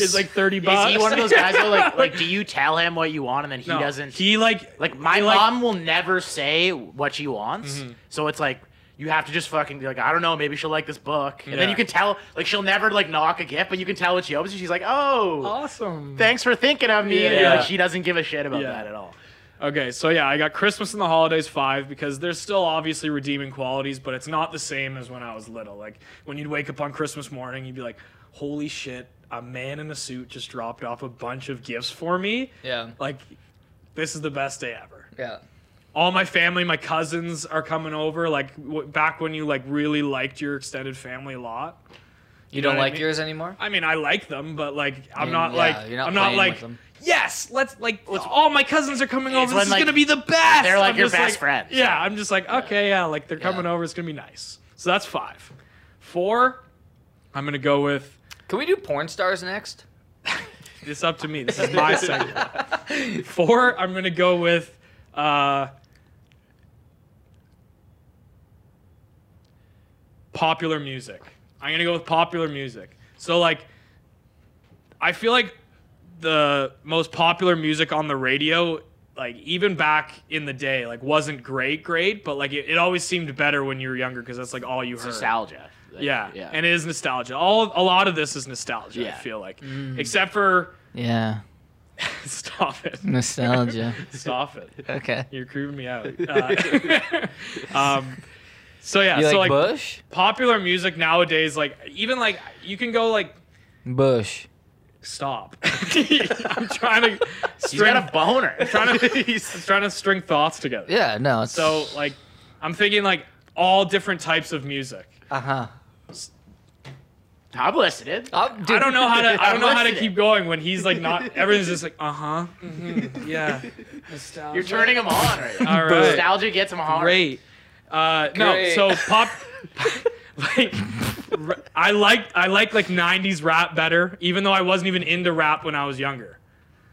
(laughs) It's like thirty
Yeah.
bucks.
Is he one
(laughs)
of those guys though? Like, like, do you tell him what you want and then he
Uh, No,
doesn't?
He like Mm-hmm.
Like my
he,
mom will never say what she wants, so it's like you have to just fucking be like, I don't know, maybe she'll like this book, and then
Yeah.
you can tell like she'll never like knock a gift, but you can tell when she opens it, she's like, oh,
awesome.
thanks for thinking of me. and you're
Yeah.
like, she doesn't give a shit about
Yeah.
that at all.
Okay, so yeah, I got Christmas and the holidays five because there's still obviously redeeming qualities, but it's not the same as when I was little. Like when you'd wake up on Christmas morning, you'd be like, holy shit, a man in a suit just dropped off a bunch of gifts for me.
yeah.
Like, this is the best day ever.
Yeah.
all my family, my cousins are coming over. Like w- back when you like really liked your extended family a lot.
You, don't
know what I
like
mean?
yours anymore?
I mean, I like them, but like I'm
Mm,
not
yeah,
like
you're not
I'm not
playing
like
with them.
yes, let's like all my cousins are coming over.
when,
This
like,
is gonna be the best.
they're, like,
I'm
your
just,
best friends.
Yeah, I'm just like okay, yeah, like they're coming over. It's gonna be nice. So that's five. Four, I'm gonna go with.
Can we do porn stars next?
It's up to me. This is my segment. Four, I'm gonna go with uh, popular music. I'm gonna go with popular music. So like, I feel like the most popular music on the radio, like even back in the day, like wasn't great, great, but like it, it always seemed better when you were younger because that's like all you heard.
Nostalgia. Like,
Yeah.
yeah.
and it is nostalgia. All a lot of this is nostalgia.
Yeah. Mm-hmm.
I feel like, except for
Yeah.
(laughs) stop it, (laughs)
Nostalgia.
stop it.
okay.
You're creeping me
(laughs)
out. Uh, (laughs) um, so yeah,
You
so like
like Bush?
popular music nowadays, like even like you can go like
Bush.
stop. (laughs) I'm trying to.
(laughs) He's got
string-
a boner.
I'm trying to.
(laughs)
(laughs) He's trying to string thoughts together.
Yeah, no. It's,
So like, I'm thinking like all different types of music.
uh huh.
I'm listening.
I don't know how
(laughs)
to. I
I'm
don't know how to
listening.
keep going when he's like not. Everyone's just like, uh huh. hmm yeah.
You're turning him on right now.
All (laughs) right.
Nostalgia gets him hard.
Great. Uh, no,
Great.
so pop. (laughs) like, r- I like I like like '90s rap better, even though I wasn't even into rap when I was younger.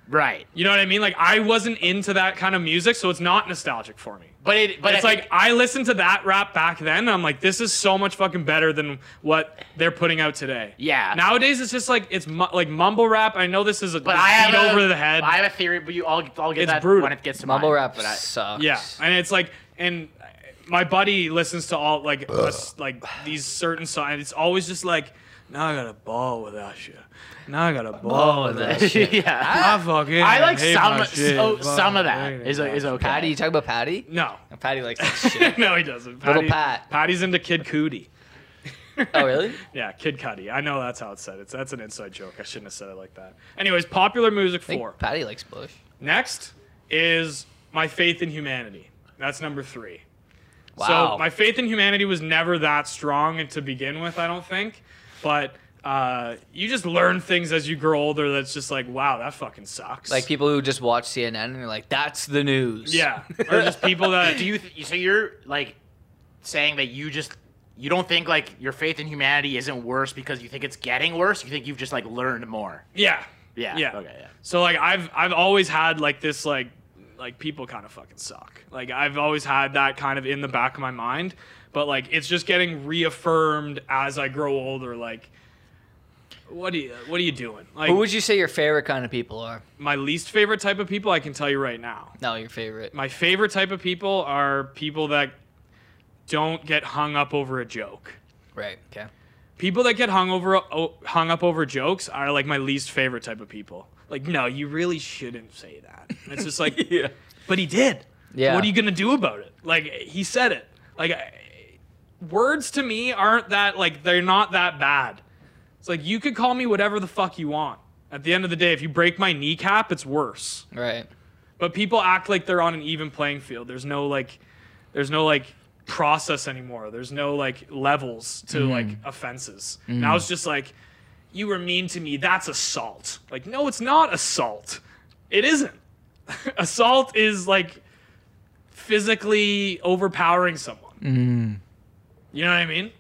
Right.
You know what I mean? Like I wasn't into that kind of music, so it's not nostalgic for me.
But it but
it's
I
like
think-
I listened to that rap back then. And I'm like, this is so much fucking better than what they're putting out today.
Yeah.
Nowadays, it's just like it's mu- like mumble rap. I know this is a
but
beat
I have a-
over the head.
I have a theory, but you all all get
It's
that
brutal.
when it gets to
Mumble
mine,
rap
But I,
sucks.
yeah, and it's like and my buddy listens to all like us, like these certain songs. It's always just like, now I got a ball without you. Now I got a ball without you.
(laughs) yeah.
I fucking
I like
hate
some
my shit.
so,
Fuck,
some of
I
that
hate
is
my
is
shit.
okay.
Patty, you talking
(laughs)
about Patty?
No.
Patty likes that shit.
no, he doesn't.
Little Pat.
Patty's into Kid Cootie.
oh really?
Yeah, Kid Cudi. I know that's how it's said. It's that's an inside joke. I shouldn't have said it like that. Anyways, popular music
I think
four.
Patty likes Bush.
Next is my faith in humanity. That's number three.
Wow.
So my faith in humanity was never that strong to begin with. I don't think, but uh, you just learn things as you grow older. That's just like, wow, that fucking sucks.
like people who just watch CNN and they're like, "That's the news."
yeah, or just people
(laughs)
that
Do you th- so you're like saying that you just you don't think like your faith in humanity isn't worse because you think it's getting worse? You think you've just like learned more?
Yeah.
Yeah,
Yeah.
okay, yeah.
So like I've I've always had like this like like people kind of fucking suck. Like I've always had that kind of in the back of my mind, but like it's just getting reaffirmed as I grow older like what are you what are you doing? Like
Who would you say your favorite kind of people are?
my least favorite type of people I can tell you right now.
No, your favorite.
My favorite type of people are people that don't get hung up over a joke.
Right. Okay.
people that get hung over o- hung up over jokes are like my least favorite type of people. Like, no, you really shouldn't say that. And It's just like, but he did.
Yeah.
What are you gonna do about it? Like, he said it. Like, I, words to me aren't that like they're not that bad. It's like you could call me whatever the fuck you want. At the end of the day, if you break my kneecap, it's worse.
Right.
But people act like they're on an even playing field. There's no like, there's no like process anymore. There's no like levels to like offenses. Now it's just like, you were mean to me. That's assault. Like, no, it's not assault. It isn't. (laughs) assault is like physically overpowering someone. You know what I mean?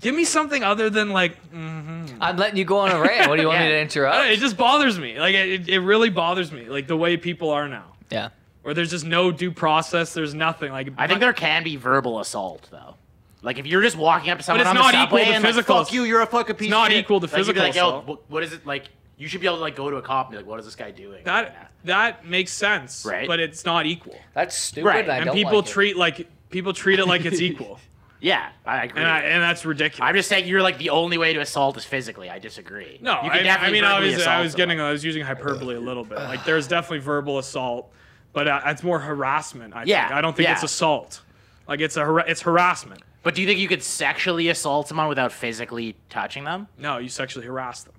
Give me something other than like.
I'm letting you go on a rant. What do
(laughs)
you want me to
I don't know,
interrupt?
it just bothers me. Like it, it really bothers me. Like the way people are now
Yeah.
where there's just no due process. There's nothing. Like
I think there can be verbal assault though. Like if you're just walking up to someone
it's
on the
not equal
subway
to
and like,
physical
fuck you, you're a fucking piece. of
not
shit,"
equal to
like, you'd be
physical
like, "Yo,
assault.
wh- what is it like? You should be able to like go to a cop and be like, what is this guy doing?
that that makes sense,
Right.
But it's not equal,
That's stupid.
Right,
And, I
and
don't
people
like it.
treat like people treat it like it's
(laughs)
equal,
yeah, I agree.
and I, and that's ridiculous.
I'm just saying you're like the only way to assault is physically. I disagree.
no,
you
I, I mean,
verbally
obviously, I
assault
was
someone.
getting, I was using hyperbole a little bit. Like there's definitely verbal assault, but uh, it's more harassment. I
Yeah,
think. I don't think it's
yeah.
assault. Like it's a har- it's harassment.
But do you think you could sexually assault someone without physically touching them?
No, you sexually harass them.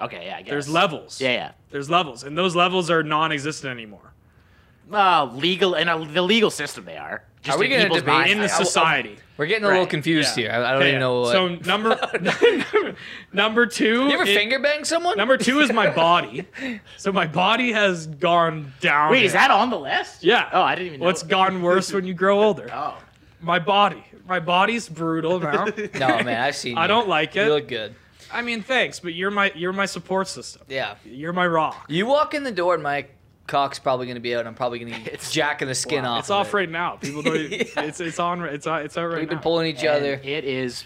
Okay, yeah, I guess.
There's levels.
Yeah, yeah.
There's levels, and those levels are non-existent anymore
Uh, legal in a, the legal system, they are. Just
Are we
in
gonna
people's
debate
minds, oh,
in
they
the
are.
society.
We're getting a little
Right.
confused
Yeah.
here. I, I don't
Okay,
even know. What...
So
(laughs)
number number two.
you ever
is-
finger bang someone?
Number two is my body. So my body has gone down.
Wait, is
here.
that on the list?
Yeah.
Oh, I didn't even know.
What's
it.
gotten worse when you grow older?
(laughs) Oh.
My body. My body's
(laughs)
brutal now.
No, man. I've seen.
I
you.
don't like it.
You look good.
I mean, thanks, but you're my you're my support system.
Yeah.
You're my rock.
You walk in the door and my cock's probably gonna be out. I'm probably gonna (laughs) be jacking the skin off.
It's off
It.
right now. People
(laughs)
don't. even- It's it's on. It's on, it's out right
We've
now.
been pulling each (laughs)
And
other.
It is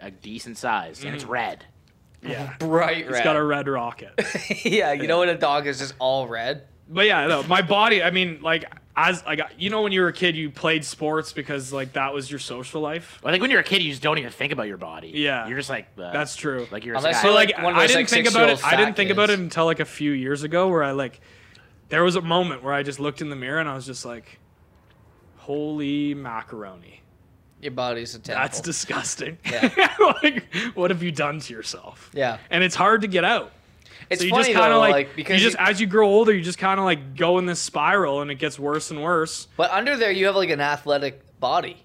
a decent size, and
Mm-hmm.
it's red.
(laughs)
yeah.
Bright red.
It's got a red rocket.
yeah. You know when a dog is just all red.
But yeah, no, my body. I mean, like as like you know, when you were a kid, you played sports because like that was your social life.
I think when you're a kid, you just don't even think about your body.
Yeah.
You're just like uh,
That's true.
Like you're
Unless
just
So
you're
like,
like,
like one of
I
those,
didn't
like,
think about it.
six-year-old
I didn't think
fat
about it
kids.
until like a few years ago, where I like, there was a moment where I just looked in the mirror and I was just like, "Holy macaroni,
Your body's a temple.
that's disgusting! (laughs)
Yeah.
like, what have you done to yourself?"
Yeah.
And it's hard to get out.
It's
so you
funny,
just kind
though,
of like,
like, because
you just
you-
as you grow older, you just kind of like go in this spiral, and it gets worse and worse.
But under there, you have like an athletic body.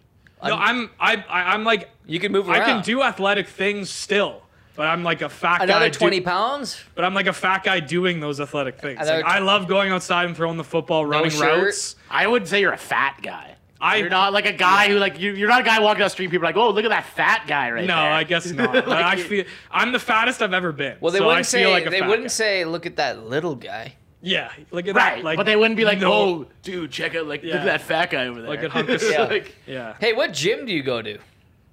No, I'm I, I I'm like
you can move.
I can
around.
do athletic things still, but I'm like a fat guy.
Another
do-
20 pounds?
But I'm like a fat guy doing those athletic things.
Another
Like, I love going outside and throwing the football, running
shirt.
routes.
I would say you're a fat guy.
I,
you're not like a guy who like you, you're not a guy walking down the street. People are like, oh, look at that fat guy right
no,
there.
I
(laughs)
guess not. But I feel I'm the fattest I've ever been.
Well, they
so I
wouldn't
feel
say
like a
they
fat
wouldn't
guy.
say, "Look at that little guy."
Yeah, look at
right,
that. Like,
but they wouldn't be like,
no.
oh, dude, check out like look
Yeah.
at that fat guy over there.
Look at
(laughs)
hunk of
Yeah.
like, yeah.
Hey, what gym do you go to?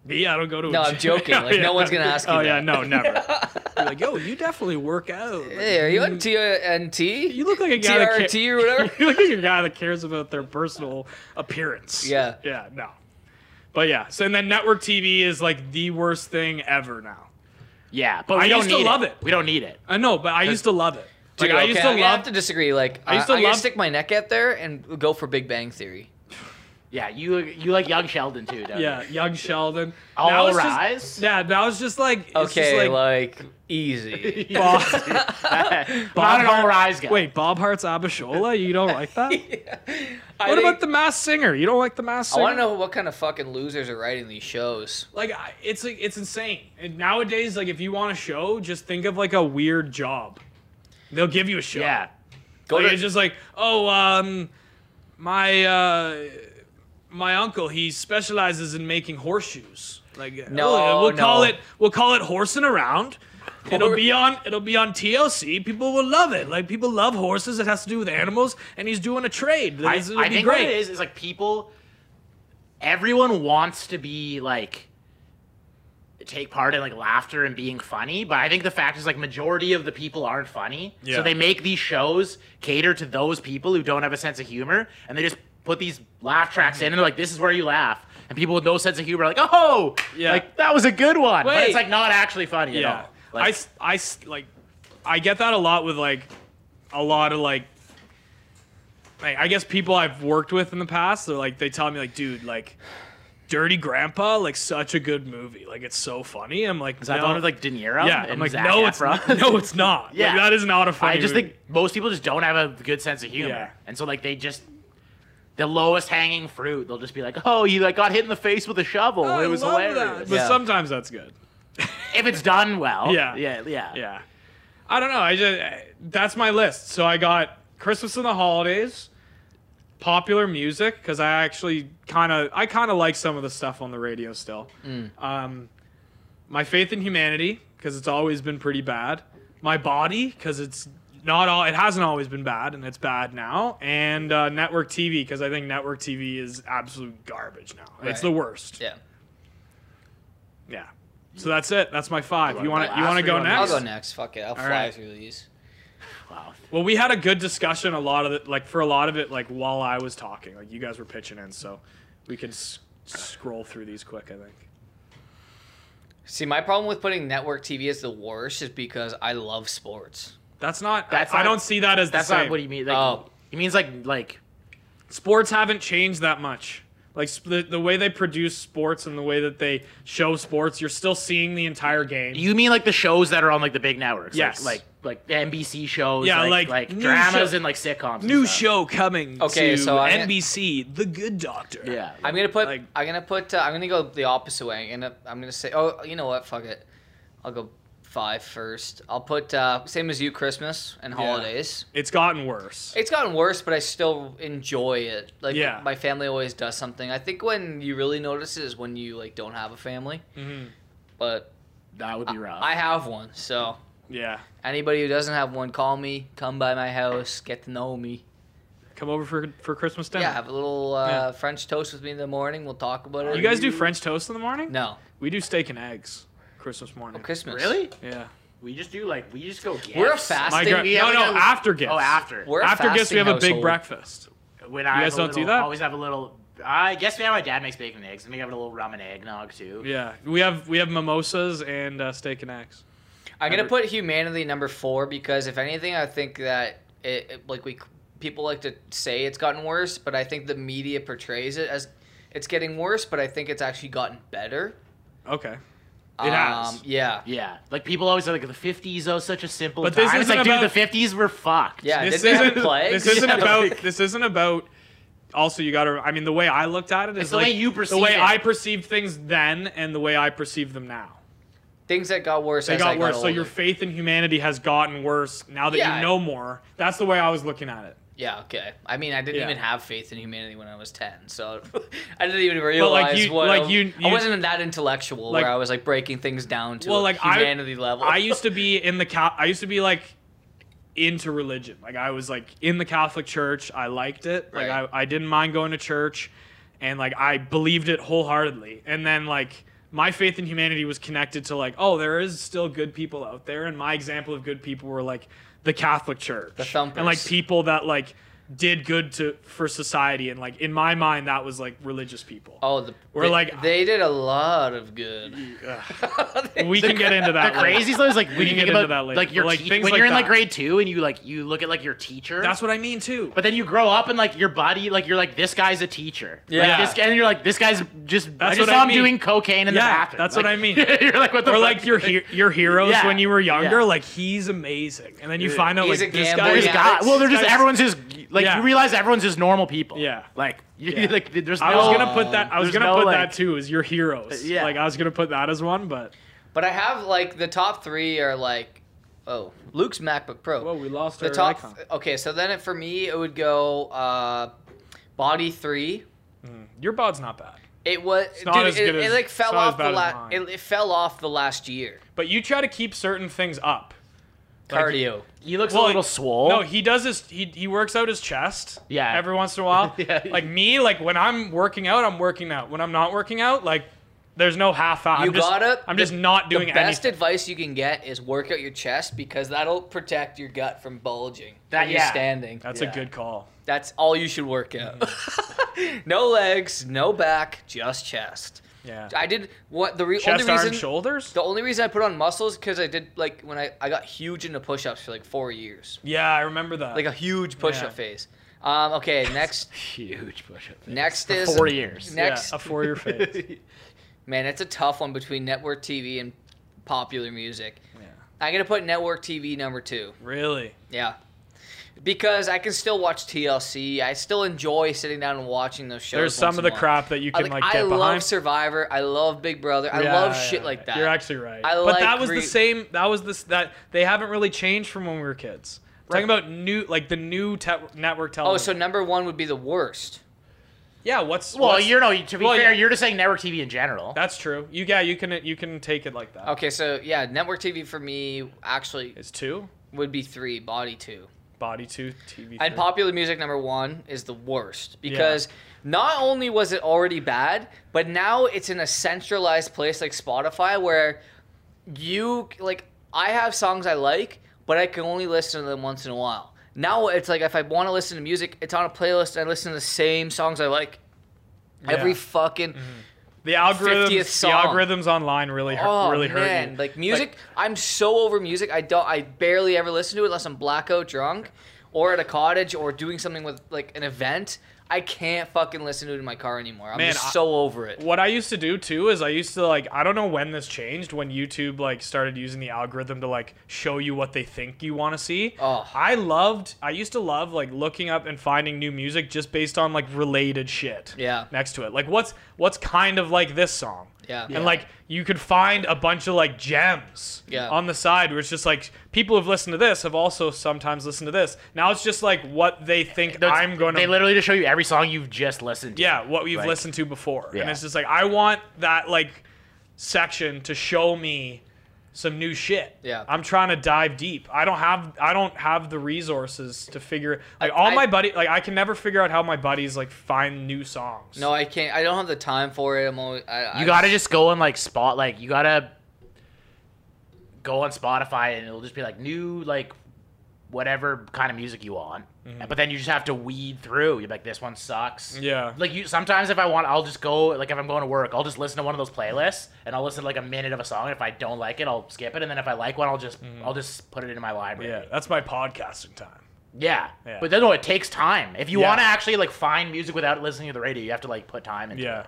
Me, I don't go to. a
No, I'm
gym. (laughs)
joking. Like, no one's gonna ask you
Oh yeah,
that.
no, never.
(laughs)
You're like, yo, you definitely work out. Mm.
Hey, are you on TNT?
You look like a guy that
TRT or (laughs) whatever.
you look (laughs) like a guy that cares about their personal appearance.
Yeah.
Yeah, no. But yeah, so and then network TV is like the worst thing ever now.
yeah, but
I
we don't
used to
need
love
it.
it.
We don't need it.
I know, but I used to love it. Like
(laughs) Dude,
I
okay,
used
I'm
to (laughs)
gonna have
love
to disagree. Like, I
used
used
to
to
love-
stick my neck out there and go for Big Bang Theory.
Yeah, you you like young Sheldon too, don't
Yeah, young Sheldon.
All
Now it's just-
rise?
yeah, that was just like it's just
Okay,
like,
like,
(laughs)
easy.
you? (laughs)
Bob,
not
Bob
an all
Hart-
rise guy.
Wait, Bob Hart's Abishola? You don't like
(laughs)
that?
I
What about
think-
the Mass Singer? You don't like the Mass
I
Singer?
want to know what kind of fucking losers are writing these shows.
Like I- it's like it's insane. And nowadays, like if you want a show, just think of like a weird job. They'll give you a show.
Yeah,
Go
Like,
to
it's just like, oh, um, my uh, my uncle he specializes in making horseshoes. Like uh,
No,
oh, we'll
no.
call it we'll call it horsing around. It'll
Hor-
be on it'll be on TLC. People will love it. Like people love horses. It has to do with animals, and he's doing a trade.
I,
This- it'll
I
be
think
great.
what it is is like people. Everyone wants to be like take part in like laughter and being funny, but I think the fact is like majority of the people aren't funny,
Yeah.
so they make these shows cater to those people who don't have a sense of humor, and they just put these laugh tracks in, and they're like, "This is where you laugh." And people with no sense of humor are like, "Oh,
Yeah.
like that was a good one," but
Wait.
it's like not actually funny at
Yeah,
all. Like,
I s- I s- like I get that a lot with like a lot of like like I guess people I've worked with in the past. They're like they tell me like, dude, like Dirty Grandpa, like such a good movie. Like it's so funny. I'm like,
is that
no.
the one with like De Niro?
yeah.
and
I'm like,
Zac
no, it's
Efron?
not. (laughs) no, it's not. Like,
Yeah.
that is not a funny.
I just
movie.
think most people just don't have a good sense of humor,
Yeah.
and so like they just the lowest hanging fruit. They'll just be like, "Oh, you like got hit in the face with a shovel.
Oh, I
it was
love
hilarious."
that. But
Yeah.
sometimes that's good.
If it's done well,
Yeah.
yeah, yeah,
Yeah. I don't know. I just that's my list. So I got Christmas and the holidays, popular music because I actually kind of I kind of like some of the stuff on the radio still.
Mm.
Um, my faith in humanity because it's always been pretty bad. My body because it's not all it hasn't always been bad and it's bad now. And uh, network TV because I think network TV is absolute garbage now. It's the
Right.
worst.
Yeah.
Yeah. So that's it. That's my five. You
wanna
want
go
to you want to
last
go
or you wanna-
next?
I'll go next. Fuck it. I'll fly
right.
through these.
Wow.
Well, we had a good discussion a lot of it, like for a lot of it, like while I was talking, like you guys were pitching in, so we could s- scroll through these quick. I think.
See, my problem with putting network TV as the worst is because I love sports.
That's not.
That's
I, I
not-
don't see that as
That's
the same.
not what he means. Like,
Oh.
He means like like
Sports haven't changed that much. Like sp- the, the way they produce sports and the way that they show sports, you're still seeing the entire game.
you mean like the shows that are on like the big networks. like-
Yes.
Like like, NBC shows.
Yeah,
like
like,
like,
new
dramas
show-
and like sitcoms. and
New
stuff.
show coming
Okay,
to
so I'm gonna-
NBC, The Good Doctor.
Yeah.
I'm gonna put.
Like-
I'm gonna put. Uh, I'm gonna go the opposite way. I'm gonna. I'm gonna say. Oh, you know what? Fuck it. I'll go five first. I'll put uh, same as you, Christmas and holidays.
It's gotten worse.
It's gotten worse, but I still enjoy it. Like
Yeah.
my family always does something. I think when you really notice it is when you like don't have a family.
Mhm.
But
that would be rough.
I have one, so
Yeah.
anybody who doesn't have one, call me. Come by my house. Get to know me.
Come over for for Christmas dinner.
Yeah, have a little uh,
Yeah.
French toast with me in the morning. We'll talk about it.
You guys do French toast in the morning?
No.
We do steak and eggs Christmas morning.
Oh, Christmas.
really?
Yeah.
We just do like we just go. Gifts.
We're a fast-
My
Fasting?
gra-
We
no,
have,
no,
like, a-
after gifts.
Oh, after.
We're a
after gifts, we have a
fasting
big
household.
breakfast.
when I
guys
have a
don't do
little-
that?
Always have a little. I guess yeah, my dad makes bacon and eggs, and we have a little rum and eggnog too.
Yeah, we have we have mimosas and uh, steak and eggs.
I'm gonna
Number-
put humanity number four because if anything, I think that it, it- like we people like to say it's gotten worse, but I think the media portrays it as it's getting worse, but I think it's actually gotten better.
Okay.
It has.
Um, Yeah.
Yeah. Like people always say, like the '50s, oh, such a simple
But
time.
this
it's like,
isn't
dude,
about-
the '50s were fucked.
this isn't this
(laughs)
isn't about this isn't about. Also, you got to. I mean, the way I looked at it is
It's the
like
way you
the
perceive
way
it.
I perceived things then and the way I perceive them now.
Things that got worse.
They
as I
got
got
worse. so
older.
your faith in humanity has gotten worse now that
Yeah.
you know more. That's the way I was looking at it.
Yeah. Okay. I mean, I didn't
Yeah.
even have faith in humanity when I was ten, so (laughs) I didn't even realize
you-
what.
like
I,
you-
I
you-
wasn't that intellectual
like-
where I was like breaking things down to
well,
a
like
humanity
I,
level.
I used to be in the cat. I used to be like into religion. Like I was like in the Catholic Church. I liked it. Like
Right.
I, I didn't mind going to church, and like I believed it wholeheartedly. And then like my faith in humanity was connected to like oh there is still good people out there, and my example of good people were like the Catholic Church
The thumpers.
and like people that like did good to for society and like in my mind that was like religious people
(laughs) Oh, the,
We're
they,
like-
they did a lot of good.
we can get
(laughs)
into that later.
The crazy stuff is like when
We
you
can
think
get into
about
that later.
like your
But, like,
te-
things
when
like
you're in like
that.
grade two and you like you look at like your teacher.
That's what I mean too.
But then you grow up and like your body, like you're like this guy's a teacher.
Yeah.
Like, this, and you're like this guy's just.
That's
I just
what
saw
I
him
mean.
doing cocaine in
yeah,
the bathroom.
That's
Like,
what I mean.
(laughs) you're like what the
(laughs) or
fuck?
like your he- your heroes
Yeah.
when you were younger,
Yeah.
like he's amazing, and then you
Yeah.
find out
He's
like
a
this
gambler,
guy
he's
is
a
God, well, they're just
Guys-
everyone's just like
Yeah.
you realize everyone's just normal people.
yeah.
Like you,
Yeah.
(laughs) like there's.
I was
no-
gonna put that. I was
there's
gonna
no,
put
like-
that too. Is your heroes?
Yeah.
Like I was gonna put that as one, but
But I have like the top three are like, oh, Luke's MacBook Pro.
well, we lost
the
our
top.
icon.
Okay, so then it, for me it would go uh, Body Three.
Your bod's not bad,
It was
not
dude,
as
it,
good
it,
as-
like fell
it's not as
off the
bad as
last.
mine.
It, it fell off the last year.
but you try to keep certain things up. Like,
Cardio.
He looks
Well,
a little swole.
No, he does his he he works out his chest.
Yeah.
Every once in a
(laughs)
while.
Yeah.
Like me, like when I'm working out, I'm working out. When I'm not working out, like there's no half out.
You
I'm just,
gotta-
I'm just not doing
the best
anything.
advice you can get is work out your chest because that'll protect your gut from bulging.
That-
when you're
yeah.
standing.
That's a good Mm. call.
That's all you should work out. (laughs) no legs, no back, just chest.
Yeah.
I did what the re-
Chest,
only
arms,
reason
shoulders.
the only reason I put on muscles because I did like when I I got huge into push-ups for like four years,
Yeah, I remember that.
like a huge push-up
Yeah.
phase. Um, okay,
(laughs)
next
(laughs) huge push up.
next is
Four years.
Next,
yeah, a four-year phase.
(laughs) man, it's a tough one between network TV and popular music.
yeah.
I'm gonna put network TV number two.
Really?
Yeah. Because I can still watch TLC. I still enjoy sitting down and watching those shows.
There's some
once
of
in
the
a while.
crap that you
I,
can like,
like, I
get
love
behind.
Survivor. I love Big Brother. I
Yeah,
love
yeah,
shit
yeah.
like that.
You're actually right.
I
but
like
that was
re-
the same. That was this that they haven't really changed from when we were kids. We're Talking about new, like the new te- network television.
Oh, so number one would be the worst.
yeah, what's
Well,
what's-
you know, to be
Well,
fair,
yeah.
you're just saying network TV in general.
That's true. You yeah, you can you can take it like that.
Okay, so yeah, network TV for me actually
It's two
would be three, body two.
body two TV.
And
three.
popular music number one is the worst because not only was it already bad, but now it's in a centralized place like Spotify where you like I have songs I like, but I can only listen to them once in a while. Now it's like if I want to listen to music, it's on a playlist and I listen to the same songs I like every
Yeah.
fucking
the algorithms
50th song.
the algorithms online really hurt,
oh
really hurt
man
you.
like music i'm so over music i don't i barely ever listen to it unless i'm blackout drunk or at a cottage or doing something with like an event i can't fucking listen to it in my car anymore i'm
Man,
just
I-
so over it
what I used to do too is I used to like I don't know when this changed when YouTube like started using the algorithm to like show you what they think you want to see.
Oh.
I loved I used to love like looking up and finding new music just based on like related shit.
Yeah.
Next to it. Like what's what's kind of like this song.
Yeah. Yeah.
And like you could find a bunch of like gems
Yeah.
on the side where it's just like people who've listened to this have also sometimes listened to this. Now it's just like what they think
That's-
I'm going to
They literally just show you every song you've just listened to.
yeah, what you've
Like-
listened to before. And
Yeah.
it's just like I want that like section to show me some new shit.
Yeah.
I'm trying to dive deep. I don't have I don't have the resources to figure like all
I-
my buddy like I can never figure out how my buddies like find new songs.
no i can't i don't have the time for it i'm always I,
You
I,
gotta just go and like spot like you gotta go on Spotify and it'll just be like new like whatever kind of music you want. But then you just have to weed through. You're like, this one sucks.
Mm-hmm. Yeah.
Like you sometimes if I want, I'll just go like if I'm going to work, I'll just listen to one of those playlists and I'll listen to like a minute of a song. If I don't like it, I'll skip it, and then if I like one, I'll just I'll just put it in my library.
Mm-hmm. Yeah, that's my podcasting time.
Yeah.
Yeah.
But then, no, it takes time. If you
Yeah.
want to actually like find music without listening to the radio, you have to like put time into
Yeah.
it.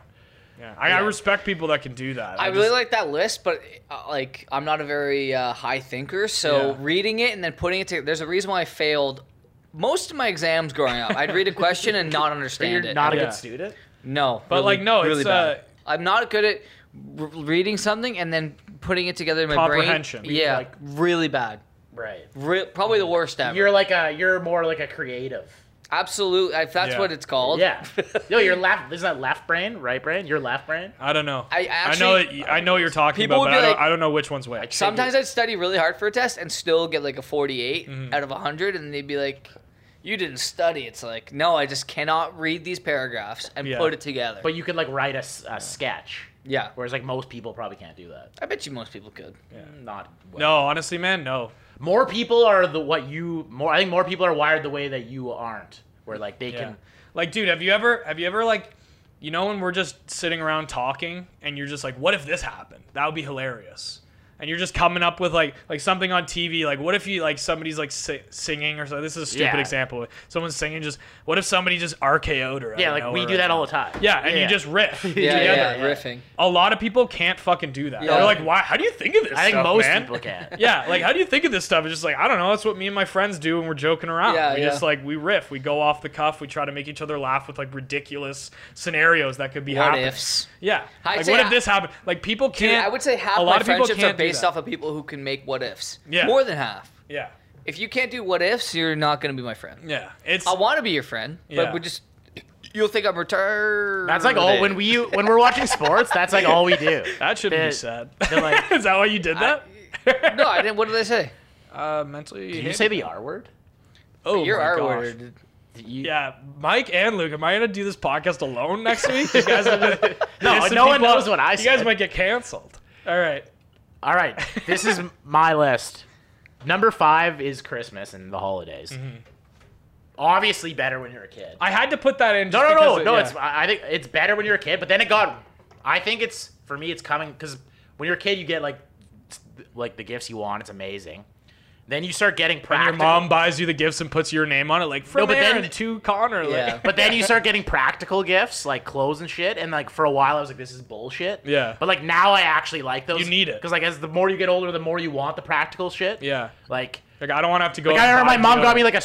Yeah, I, I respect people that can do that.
I
just-
really like that list, but uh, like I'm not a very uh, high thinker, so
Yeah.
reading it and then putting it together. There's a reason why I failed most of my exams growing up. I'd read a question and not understand
You're
it.
not a
Yeah.
good student.
No,
But, like, no, it's, uh,
I'm not good at r- reading something and then putting it together in my
Comprehension.
brain. Yeah,
Like-
really bad.
Right.
Re- probably the worst ever.
You're like a. You're more like a creative.
Absolute. If that's
Yeah.
what it's called. (laughs)
Yeah. No, you're left. Isn't that left brain, right brain? You're left brain.
I don't know.
I
know
actually-
it, I know what you're talking
People
about, but
would be
I don't,
like-
I don't know which one's
Like
which.
Sometimes I'd study really hard for a test and still get like a 48
Mm-hmm.
out of 100, and they'd be like, "You didn't study." It's like, no, I just cannot read these paragraphs and
Yeah.
put it together.
But you could like write a, s- a sketch,
yeah,
whereas like most people probably can't do that.
I bet you most people could.
Not well.
No, honestly, man, no.
More people are the what you more. I think more people are wired the way that you aren't, where like they
Yeah.
can.
Like, dude, have you ever have you ever like you know when we're just sitting around talking and you're just like, what if this happened? That would be hilarious. And you're just coming up with like like something on TV, like what if you like somebody's like si- singing or something. This is a stupid
Yeah.
example. Someone's singing, just what if somebody just RKO'd or
Yeah, like we do that all the time.
Yeah, and you just
(laughs)
riff
Yeah,
together.
yeah, riffing.
A lot of people can't fucking do that.
Yeah.
They're like, why? How do you think of this?
I think
stuff,
most
man?"
people can.
(laughs) yeah, like how do you think of this stuff? It's just like I don't know. That's what me and my friends do when we're joking around.
Yeah,
we
yeah.
just like we riff, we go off the cuff, we try to make each other laugh with like ridiculous scenarios that could be
What
happening.
ifs?
Yeah,
I'd
like
say
what
I-
if this happened? Like people
Dude,
can't.
I would say half
a
my
lot of people
friendships are
can't do
based
that.
off of people who can make what ifs.
Yeah.
more than half.
Yeah,
If you can't do what ifs, you're not gonna be my friend.
yeah. It's
I want to be your friend,
Yeah.
but we just you'll think I'm retarded.
That's like all when we when we're watching sports. That's like all we do.
(laughs) that shouldn't
It-
be said.
(laughs) they're like-
is that why you did that?
no, I didn't. What did I say?
uh, mentally.
Did you say the R word?
(laughs) Oh,
You're
my
our
gosh.
word.
You-
Yeah, Mike and Luke, am I gonna do this podcast alone next week? You guys
(laughs)
are just,
No,
Some
no one
people-
knows what I
You guys
said.
might get canceled. All right.
All right,
(laughs)
this is my list. Number five is Christmas and the holidays.
Mm-hmm.
Obviously, better when you're a kid.
I had to put that in.
No,
just
no,
because
no,
it-
no.
yeah.
It's I I think it's better when you're a kid, but then it got. I think it's for me. It's coming because when you're a kid, you get like like the gifts you want. It's amazing. Then you start getting
And your
practical.
mom buys you the gifts and puts your name on it, like from
No, but then-
Aaron to Connor. like-
Yeah.
(laughs) but then you start getting practical gifts like clothes and shit. And like for a while, I was like, this is bullshit.
Yeah.
But like now, I actually like those.
You need it.
because like as the more you get older, the more you want the practical shit.
yeah.
Like
(laughs) Like I don't want to have to go.
Like
out
I
and
remember my
buy
mom got
deodorant.
me like a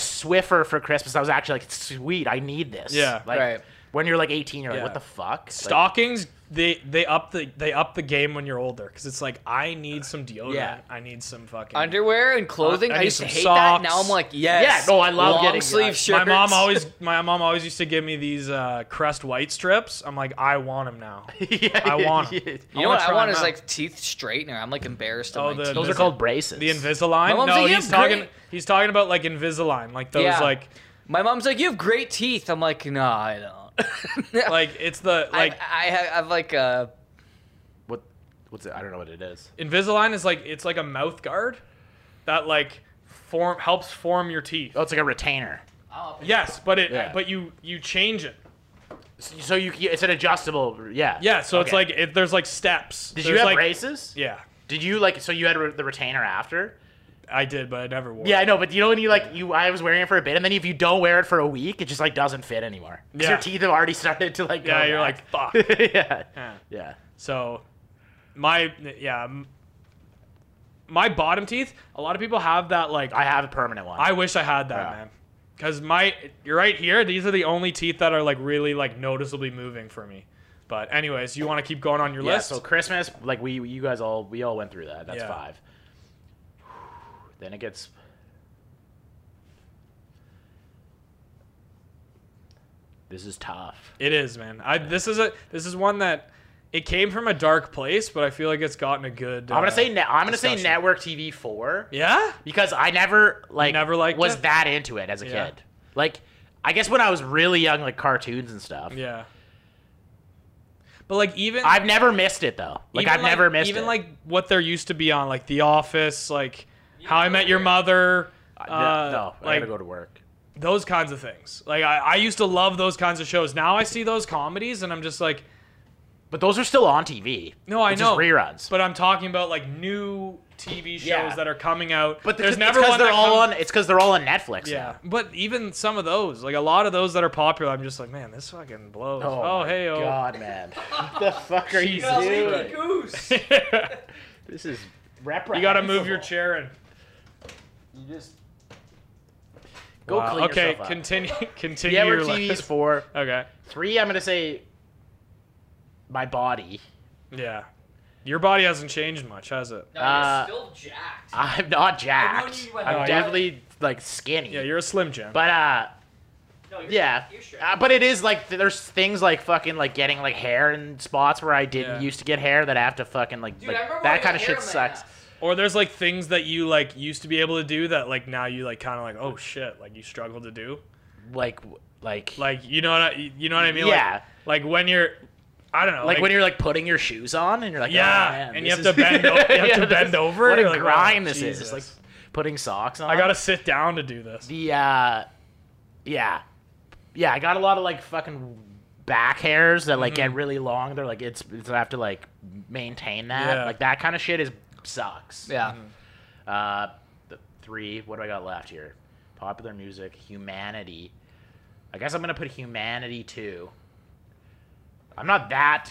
Swiffer for Christmas. I was actually like, sweet, I need this.
Yeah.
Like
Right.
when you're like 18, you're like, what
Yeah.
the fuck? Like,
stockings. They they up the they up the game when you're older because it's like I need some deodorant.
Yeah.
I need some fucking
Underwear and clothing.
Uh, I
I,
need
used to
some
hate
socks. Oh,
that. Now I'm like, yes.
Yeah, no, I love
long
getting-
sleeve
My
shirts.
mom always my mom always used to give me these uh, Crest white strips. I'm like I want them
(laughs)
now.
(laughs) Yeah,
I want 'em.
yeah.
(laughs) You know what I
try
want
them
is
out.
like teeth straightener. I'm like embarrassed of
Oh,
my
the-
teeth.
Those are
Visit-
called braces.
the
My
Invisalign.
mom's
No,
like, "You
he's
have
talking
great-"
he's talking about like Invisalign, like those
Yeah. (laughs)
like
My mom's like, you have great teeth. I'm like, no, I don't.
like it's the (laughs) like
like I, I have, I have like uh
What? What's it? I don't know what it is.
Invisalign is like it's like a mouth guard that like form helps form your teeth.
Oh, it's like a retainer.
Yes, but it
Yeah.
but you you change it.
So so you, you it's an adjustable. Yeah.
Yeah, so it's
Okay.
like it, there's like steps.
Did you
There's,
have
like,
braces?
Yeah,
Did you like? So you had re- the retainer after?
I did, but I never wore.
Yeah,
it.
I know. But you know when you like you, I was wearing it for a bit, and then if you don't wear it for a week, it just like doesn't fit anymore. 'Cause
Yeah.
Your teeth have already started to like. Go
yeah, you're
back.
like
(laughs)
fuck.
yeah.
Yeah.
Yeah.
So, my yeah, m- my bottom teeth. A lot of people have that like.
I have a permanent one.
I wish I had that,
Yeah.
man. Because my, you're right here. These are the only teeth that are like really like noticeably moving for me. But anyways, you want to keep going on your
Yeah,
list?
so Christmas, like we, you guys all, we all went through that. That's
Yeah.
five. Then it gets. This is tough.
It is, man. I this is a this is one that it came from a dark place, but I feel like it's gotten a good.
I'm gonna
uh,
say ne- I'm gonna say
discussion.
network TV four
Yeah.
because I never like
never liked
was
it?
that into it as a
Yeah.
kid. Like, I guess when I was really young, like cartoons and stuff.
Yeah. But like even
I've never missed it though. Like
even,
I've never missed
even
it.
like what there used to be on like The Office, like How I Met Your Mother, uh,
Uh, no, I
like
gotta go to work.
those kinds of things. Like I, I used to love those kinds of shows. Now I see those comedies and I'm just like,
But those are still on TV.
no, I
It's
know
just reruns.
But I'm talking about like new TV shows
Yeah.
that are coming out.
But
there's
it's
never
'cause
one
they're
that
all
comes-
on. It's because they're all on Netflix.
Yeah, but even some of those, like a lot of those that are popular, I'm just like, man, this fucking blows.
Oh,
Oh,
my
hey, oh.
God, man. What the fuck are you
Jesus
doing?
Goose.
This is
(laughs) You gotta move your chair and
You just go
Wow,
clean
Okay,
yourself up.
continue. (laughs) Continue
Yeah, where
your
TV is
list.
for
Okay.
three. I'm gonna say my body.
Yeah. Your body hasn't changed much, has it?
No,
Uh,
you're still jacked.
I'm not jacked.
you, what,
I'm
no,
definitely like skinny.
Yeah, you're a slim jim.
but uh,
No, you're
yeah.
You're sure.
Uh, but it is like th- there's things like fucking like getting like hair in spots where I didn't
Yeah.
used to get hair that I have to fucking like,
Dude,
like,
I remember when I
that
got
kind of
hair
shit
in my
sucks.
ass.
or there's like things that you like used to be able to do that like now you like kind of like oh shit like you struggle to do.
Like w- like like,
Like you know what I, you know what I mean? Like-
Yeah.
Like, when you're, I don't know.
when you're like putting your shoes on and you're like
Yeah,
oh, man,
and you
this
have to
is- (laughs)
bend o- you have
Yeah,
to
this
bend
is-
over,
What
you're
a
like, oh,
grind this is! It's like
Jesus.
putting socks on.
I gotta sit down to do this.
the uh yeah yeah i got a lot of like fucking back hairs that like
Mm-hmm.
get really long they're like it's, it's i have to like maintain that
Yeah.
like that kind of shit is sucks
Yeah.
Mm.
uh the three what do i got left here popular music humanity i guess i'm gonna put humanity too i'm not that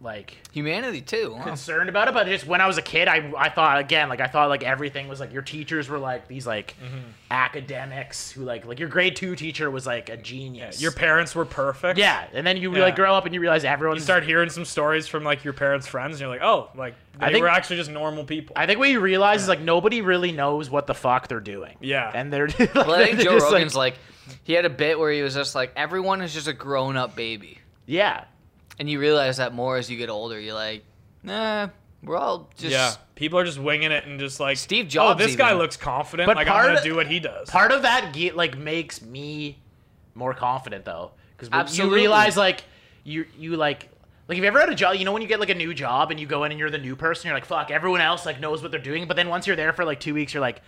like
Humanity too. Huh?
concerned about it, but just when I was a kid, I, I thought again, like I thought like everything was like your teachers were like these like
Mm-hmm.
academics who like like your grade two teacher was like a genius.
Your parents were perfect.
(laughs) yeah, and then you
Yeah.
like grow up and you realize everyone
You start hearing some stories from like your parents' friends, and you're like, oh, like they
I think-
were actually just normal people.
I think what you realize is like nobody really knows what the fuck they're doing.
Yeah.
and they're (laughs) like,
Well,
(laughs)
I think
they're
Joe
just, like-
Rogan's like, he had a bit where he was just like, everyone is just a grown up baby.
yeah,
And you realize that more as you get older. You're like, nah, we're all just.
yeah, people are just winging it and just like
Steve
Oh,
Jobs
this guy
even.
looks confident.
But
like
part
I'm gonna
of-
do what he does.
part of that ge- like makes me more confident though because you
Absolutely.
realize like you you like like have you ever had a job you know when you get like a new job and you go in and you're the new person you're like fuck everyone else like knows what they're doing but then once you're there for like two weeks you're like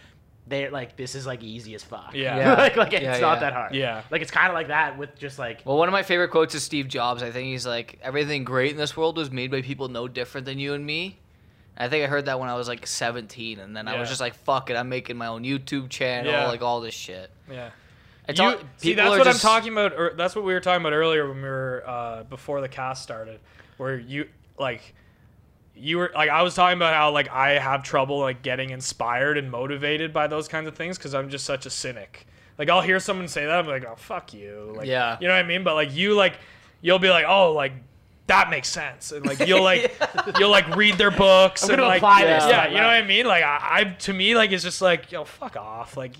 they're like this is like easy as fuck
Yeah.
Yeah.
(laughs) like, like it's
Yeah,
not
yeah.
that hard
Yeah.
like it's kind of like that with just like
Well, one of my favorite quotes is Steve Jobs. I think he's like, everything great in this world was made by people no different than you and me. I think I heard that when I was like 17, and then I was
Yeah.
just like, fuck it, I'm making my own YouTube channel,
Yeah.
like all this shit.
yeah.
It's
You-
all,
see,
people
that's
are
what
just-
I'm talking about. Or that's what we were talking about earlier when we were uh, before the cast started, where you like you were like I was talking about how like I have trouble like getting inspired and motivated by those kinds of things because I'm just such a cynic. Like I'll hear someone say that, I'm like, oh fuck you. Like,
Yeah.
You know what I mean? But like you like you'll be like, oh like. That makes sense, and like you'll like
(laughs)
you'll like read their books
I'm
and
gonna
like
apply
yeah,
this to my
you know what I mean. Like I, I to me like it's just like yo fuck off like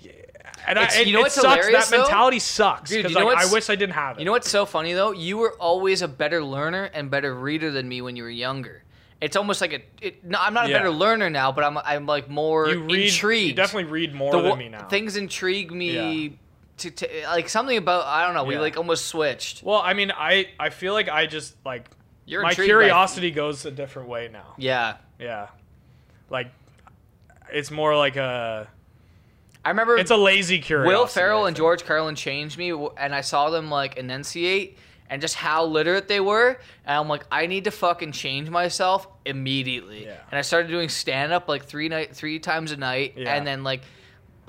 and I
It's-
it,
you know
it
what's
sucks that
hilarious, though?
mentality sucks
Dude,
because
you know
like, I
what's-
wish I didn't have it.
You know what's so funny though? You were always a better learner and better reader than me when you were younger. It's almost like a. It, no, I'm not a
Yeah.
better learner now, but I'm I'm like more
You read,
intrigued.
you definitely read more
The
than
wo-
me now.
Things intrigue me.
Yeah.
To, to like something about I don't know. We
Yeah.
like almost switched.
well, I mean, I I feel like I just like
You're
my
intrigued by-
curiosity goes a different way now.
Yeah,
Yeah, like it's more like a
I remember.
it's a lazy curiosity.
Will
I
Ferrell and
think.
George Carlin changed me, w- and I saw them like enunciate and just how literate they were, and I'm like, I need to fucking change myself immediately.
Yeah.
And I started doing stand up like three night, three times a night,
Yeah.
and then like,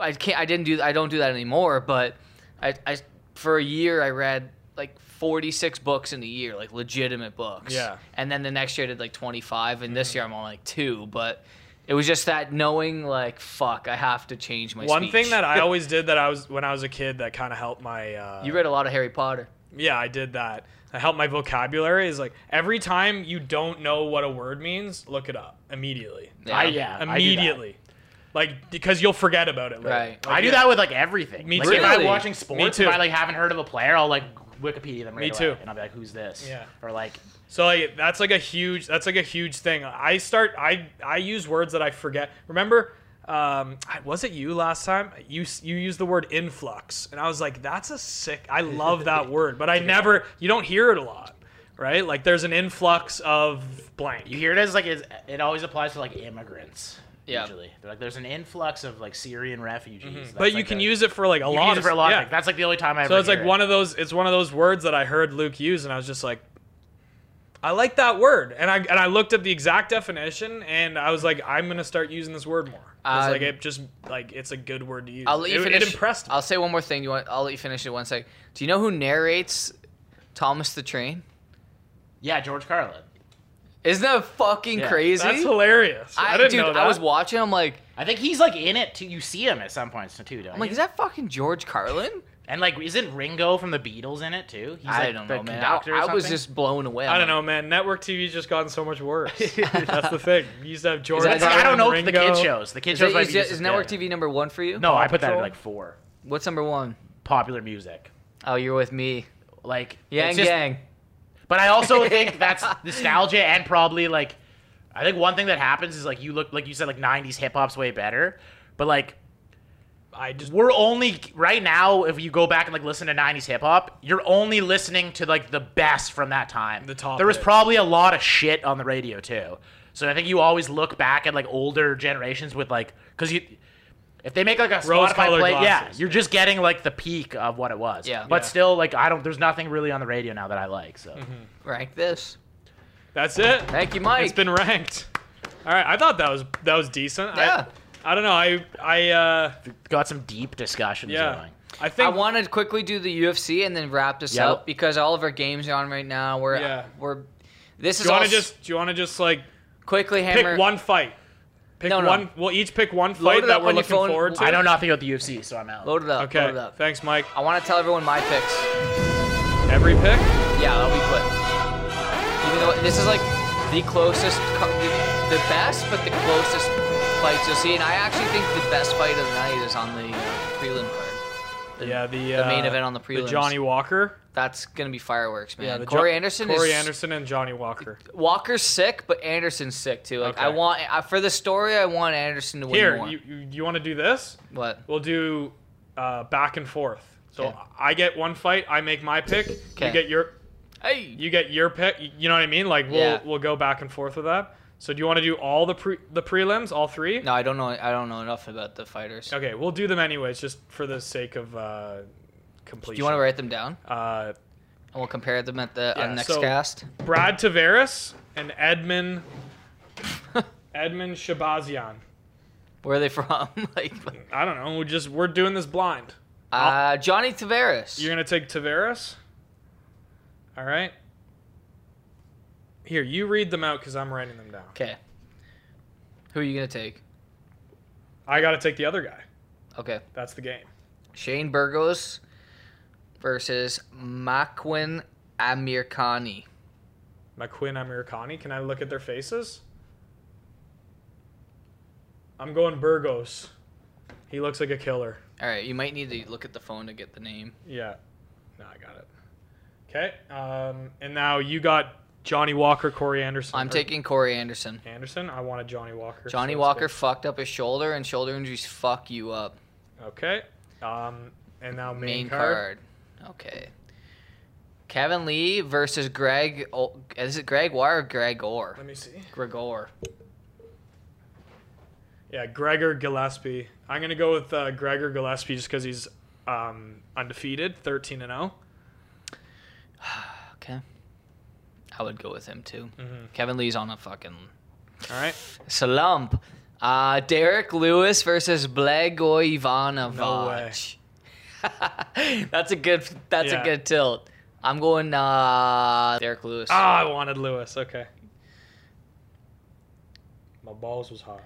I can't, I didn't do, I don't do that anymore. But I, I for a year I read like 46 books in a year, like legitimate books.
Yeah. Mm-hmm.
And then the next year I did like 25, and this year I'm on like two, but. It was just that knowing, like, fuck, I have to change my
One thing
speech.
that
(laughs)
I always did that I was when I was a kid that kind of helped my uh,
You read a lot of Harry Potter.
yeah I did that. I helped my vocabulary is like every time you don't know what a word means, look it up immediately.
I, yeah I do that.
immediately. Like because you'll forget about it later. Like,
Right.
I do
yeah.
that with like everything.
Me
like,
too.
If I'm
Really?
watching sports,
too.
if I like haven't heard of a player, I'll like Wikipedia them. Right
Me
away,
too.
And I'll be like, "Who's this?"
Yeah.
Or like,
So like that's like a huge that's like a huge thing. I start I I use words that I forget. Remember um I- was it you last time? You s- you used the word influx and I was like that's a sick. I
(laughs)
love that word, but I never you don't hear it a lot, right? Like there's an influx of blank.
You hear it as like it's, it always applies to like immigrants.
Yeah. Mm-hmm.
Usually, They're like there's an influx of like Syrian refugees. That's,
but you
like,
can
the-
use it for like a
you
lot
can use
of
it for a lot.
yeah.
Of, things. that's like the only time I.
So
ever
it's like
hear it.
one of those. It's one of those words that I heard Luke use, and I was just like, I like that word, and I and I looked at the exact definition, and I was like, I'm gonna start using this word more. I was
Um,
like, it just like it's a good word to use.
I'll let you
It- it
finish.
impressed
I'll say one more thing. You want? I'll let you finish in one sec. Do you know who narrates Thomas the Train?
Yeah, George Carlin.
Isn't that fucking
Yeah.
crazy?
That's hilarious. I didn't
dude,
know
I
that.
was watching. I'm like,
I think he's like in it too. You see him at some points too, don't
I'm like,
you?
is that fucking George Carlin?
and like, isn't Ringo from the Beatles in it too? He's like
I don't
the
know, man. I,
conductor or
I was
something?
just blown away.
I don't know, man. Network TV's just gotten so much
(laughs)
worse. That's the thing. You used to have George.
That's- I don't know
Carlin,
the kid
Ringo.
shows. The kid
Is,
shows
it-
might
is
be
it-
just
is
as
Network
good.
TV number one for you?
No, I put that at
Patrol?
like four.
What's number one?
Popular music,
Oh, you're with me.
like
Yang
it's just-
Yang.
But
(laughs)
I also think that's nostalgia and probably like, I think one thing that happens is like you look like you said like '90s hip hop's way better, but like
I just
we're only right now if you go back and like listen to 90s hip hop you're only listening to like the best from that time
The top
there was
hits.
probably a lot of shit on the radio too so i think you always look back at like older generations with like because you if they make like a
Rose-colored
Spotify play, yeah,
glasses.
you're just getting like the peak of what it was.
Yeah.
But
Yeah. Hmm.
still, like I don't. There's nothing really on the radio now that I like. So
Rank this.
that's it.
Thank you, Mike.
It's been ranked. All right, I thought that was that was decent.
Yeah.
I, I don't know. I I uh
got some deep discussions
yeah.
going.
I think
I want to quickly do the UFC and then wrap this
Yeah.
up because all of our games are on right now. We're
Yeah.
we're this
Do
is
you
all
want
s-
to just do you want to just like
quickly
pick
hammer
one fight? Pick
No, no.
one. We'll each pick one
Load
fight
it
that
up
we're
on your
looking
phone.
forward to.
I know nothing about the UFC, so I'm out.
Load it up.
Okay.
Load it up.
Thanks, Mike.
I want to tell everyone my picks.
Every pick.
Yeah, that'll be quick. Even though this is like the closest, co- the, the best, but the closest fights you'll see. And I actually think the best fight of the night is on the uh, prelim card.
Yeah, the,
the
uh,
main event on the
The
prelims.
Johnny Walker.
That's gonna be fireworks, man.
the Jo-
Corey Anderson
Corey
is
Anderson and Johnny Walker.
Walker's sick, but Anderson's sick too. Like I
Okay.
want I, for the story, I want Anderson to win
Here,
more.
you, you, you want to do this?
what?
We'll do uh, back and forth. So
Okay.
I get one fight, I make my pick.
Okay.
You get your
Hey,
you get your pick. You know what I mean? Like we'll
Yeah.
we'll go back and forth with that. So do you want to do all the pre the prelims, all three?
no, I don't know. I don't know enough about the fighters.
Okay, we'll do them anyways, just for the sake of uh, completion.
Do you want to write them down?
Uh,
And we'll compare them at the on
Yeah,
next
so-
cast. (laughs)
Brad Tavares and Edmund Edmund Shabazian.
Where are they from? (laughs) like,
I don't know. We just we're doing this blind.
uh, Johnny Tavares.
You're gonna take Tavares. All right. Here, you read them out because I'm writing them down.
Okay. Who are you gonna take?
I gotta take the other guy.
Okay.
That's the game.
Shane Burgos versus Makwin Amirkani.
McQuinn Amirkani. Can I look at their faces? I'm going Burgos. He looks like a killer.
All right, you might need to look at the phone to get the name.
Yeah. No, I got it. Okay. Um, and now you got Johnny Walker, Corey Anderson.
I'm
Or
taking Corey Anderson.
Anderson. I wanted Johnny Walker.
Johnny
so
Walker
let's
fucked up his shoulder, and shoulder injuries fuck you up.
go- Okay. Um, and now main,
Main
card.
card. Okay. Kevin Lee versus Greg. O- Is it Greg War or Greg Orr?
Let me see.
Gregor.
Yeah, Gregor Gillespie. I'm gonna go with uh, Gregor Gillespie just because he's um, undefeated, 13 and oh. 0.
Okay. I would go with him too.
Mm-hmm.
Kevin Lee's on a fucking
All right.
Slump. Uh, Derek Lewis versus Blago Ivanovic. (laughs) that's a good. That's
Yeah.
a good tilt. I'm going uh, Derek Lewis.
Ah, I wanted Lewis. Okay. My balls was hot.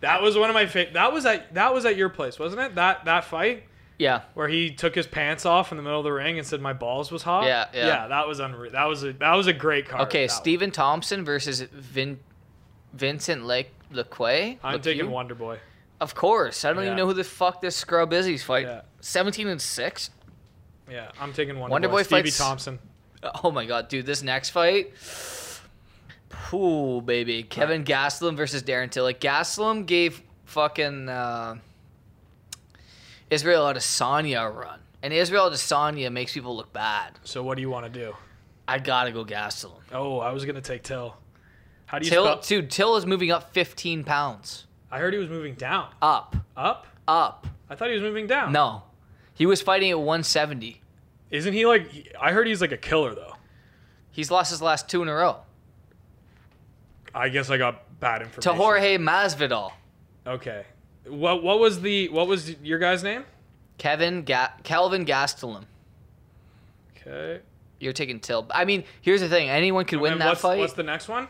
That was one of my favorite. That was at that was at your place, wasn't it? That that fight
yeah,
where he took his pants off in the middle of the ring and said my balls was hot.
Yeah, yeah.
Yeah, that was unreal. That was a that was a great card.
Okay,
that
Stephen Thompson versus Vin, Vincent Lake LeQuay.
one. I'm
LePew?
taking Wonder Boy.
Of course, I don't even
Yeah.
know who the fuck this scrub is. He's fighting
Yeah.
17 and six.
Yeah, I'm taking Wonder,
Wonder
Boy.
Boy
Stevie
fights-
Thompson.
Oh my god, dude, this next fight. Ooh, baby. Kevin Gastelum versus Darren Till. Gastelum gave fucking uh, Israel Adesanya a run. And Israel Adesanya makes people look bad.
So what do you want to do?
I gotta go Gastelum.
Oh, I was gonna take Till. How do you
Till,
spell?
dude, Till is moving up 15 pounds.
I heard he was moving down.
Up,
Up?
up.
I thought he was moving down.
No. He was fighting at 170.
Isn't he like? I heard he's like a killer though.
He's lost his last two in a row
I guess I got bad
to
information.
Jorge Masvidal.
Okay. What what was the what was your guy's name?
Kevin Ga- Calvin Gastelum.
Okay.
You're taking Till. I mean, here's the thing. Anyone could win
And
that
what's,
fight.
What's the next one?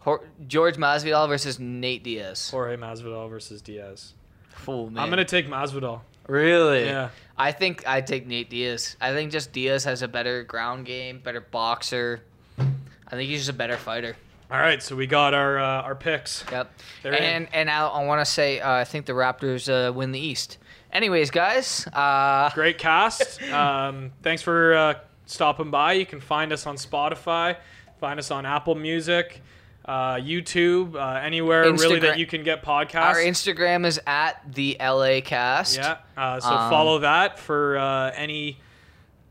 Hor- George Masvidal versus Nate Diaz.
Jorge Masvidal versus Diaz.
Fool man.
I'm gonna take Masvidal.
really.
Yeah.
I think I take Nate Diaz. I think just Diaz has a better ground game, better boxer. I think he's just a better fighter.
All right, so we got our uh, our picks.
Yep.
They're in.
and and I, I want to say uh, I think the Raptors uh, win the East. Anyways, guys. Uh,
Great
(laughs)
cast. um, thanks for uh, stopping by. You can find us on Spotify, find us on Apple Music, uh, YouTube, uh, anywhere really
Instagram-
that you can get podcasts.
our Instagram is at the LA Cast.
Yeah. Uh, so
Um,
follow that for uh, any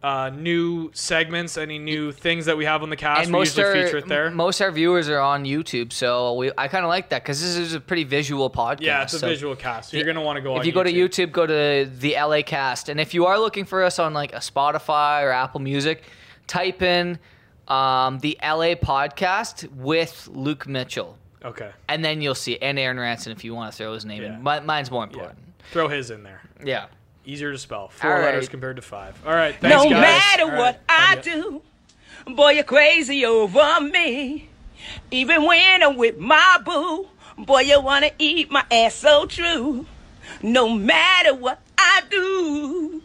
uh, new segments, any new things that we have on the cast.
and
we
most
usually
our,
feature it there.
m- most our viewers are on YouTube, so we I kind of like that because this is a pretty visual podcast.
yeah, it's a
so
visual cast. So
the-
you're gonna want to go.
If
on
you go to YouTube, go to the LA Cast, and if you are looking for us on like a Spotify or Apple Music, type in um, the LA Podcast with Luke Mitchell,
okay,
and then you'll see it. and Aaron Ranson if you want to throw his name
Yeah.
in. Mi- mine's more important.
throw his in there.
Yeah.
Easier to spell. Four
All
letters
right.
compared to five. All right. Thanks,
no
guys.
matter
All
what
right.
I do, boy, you're crazy over me. Even when I'm with my boo, boy, you wanna eat my ass so true. No matter what I do,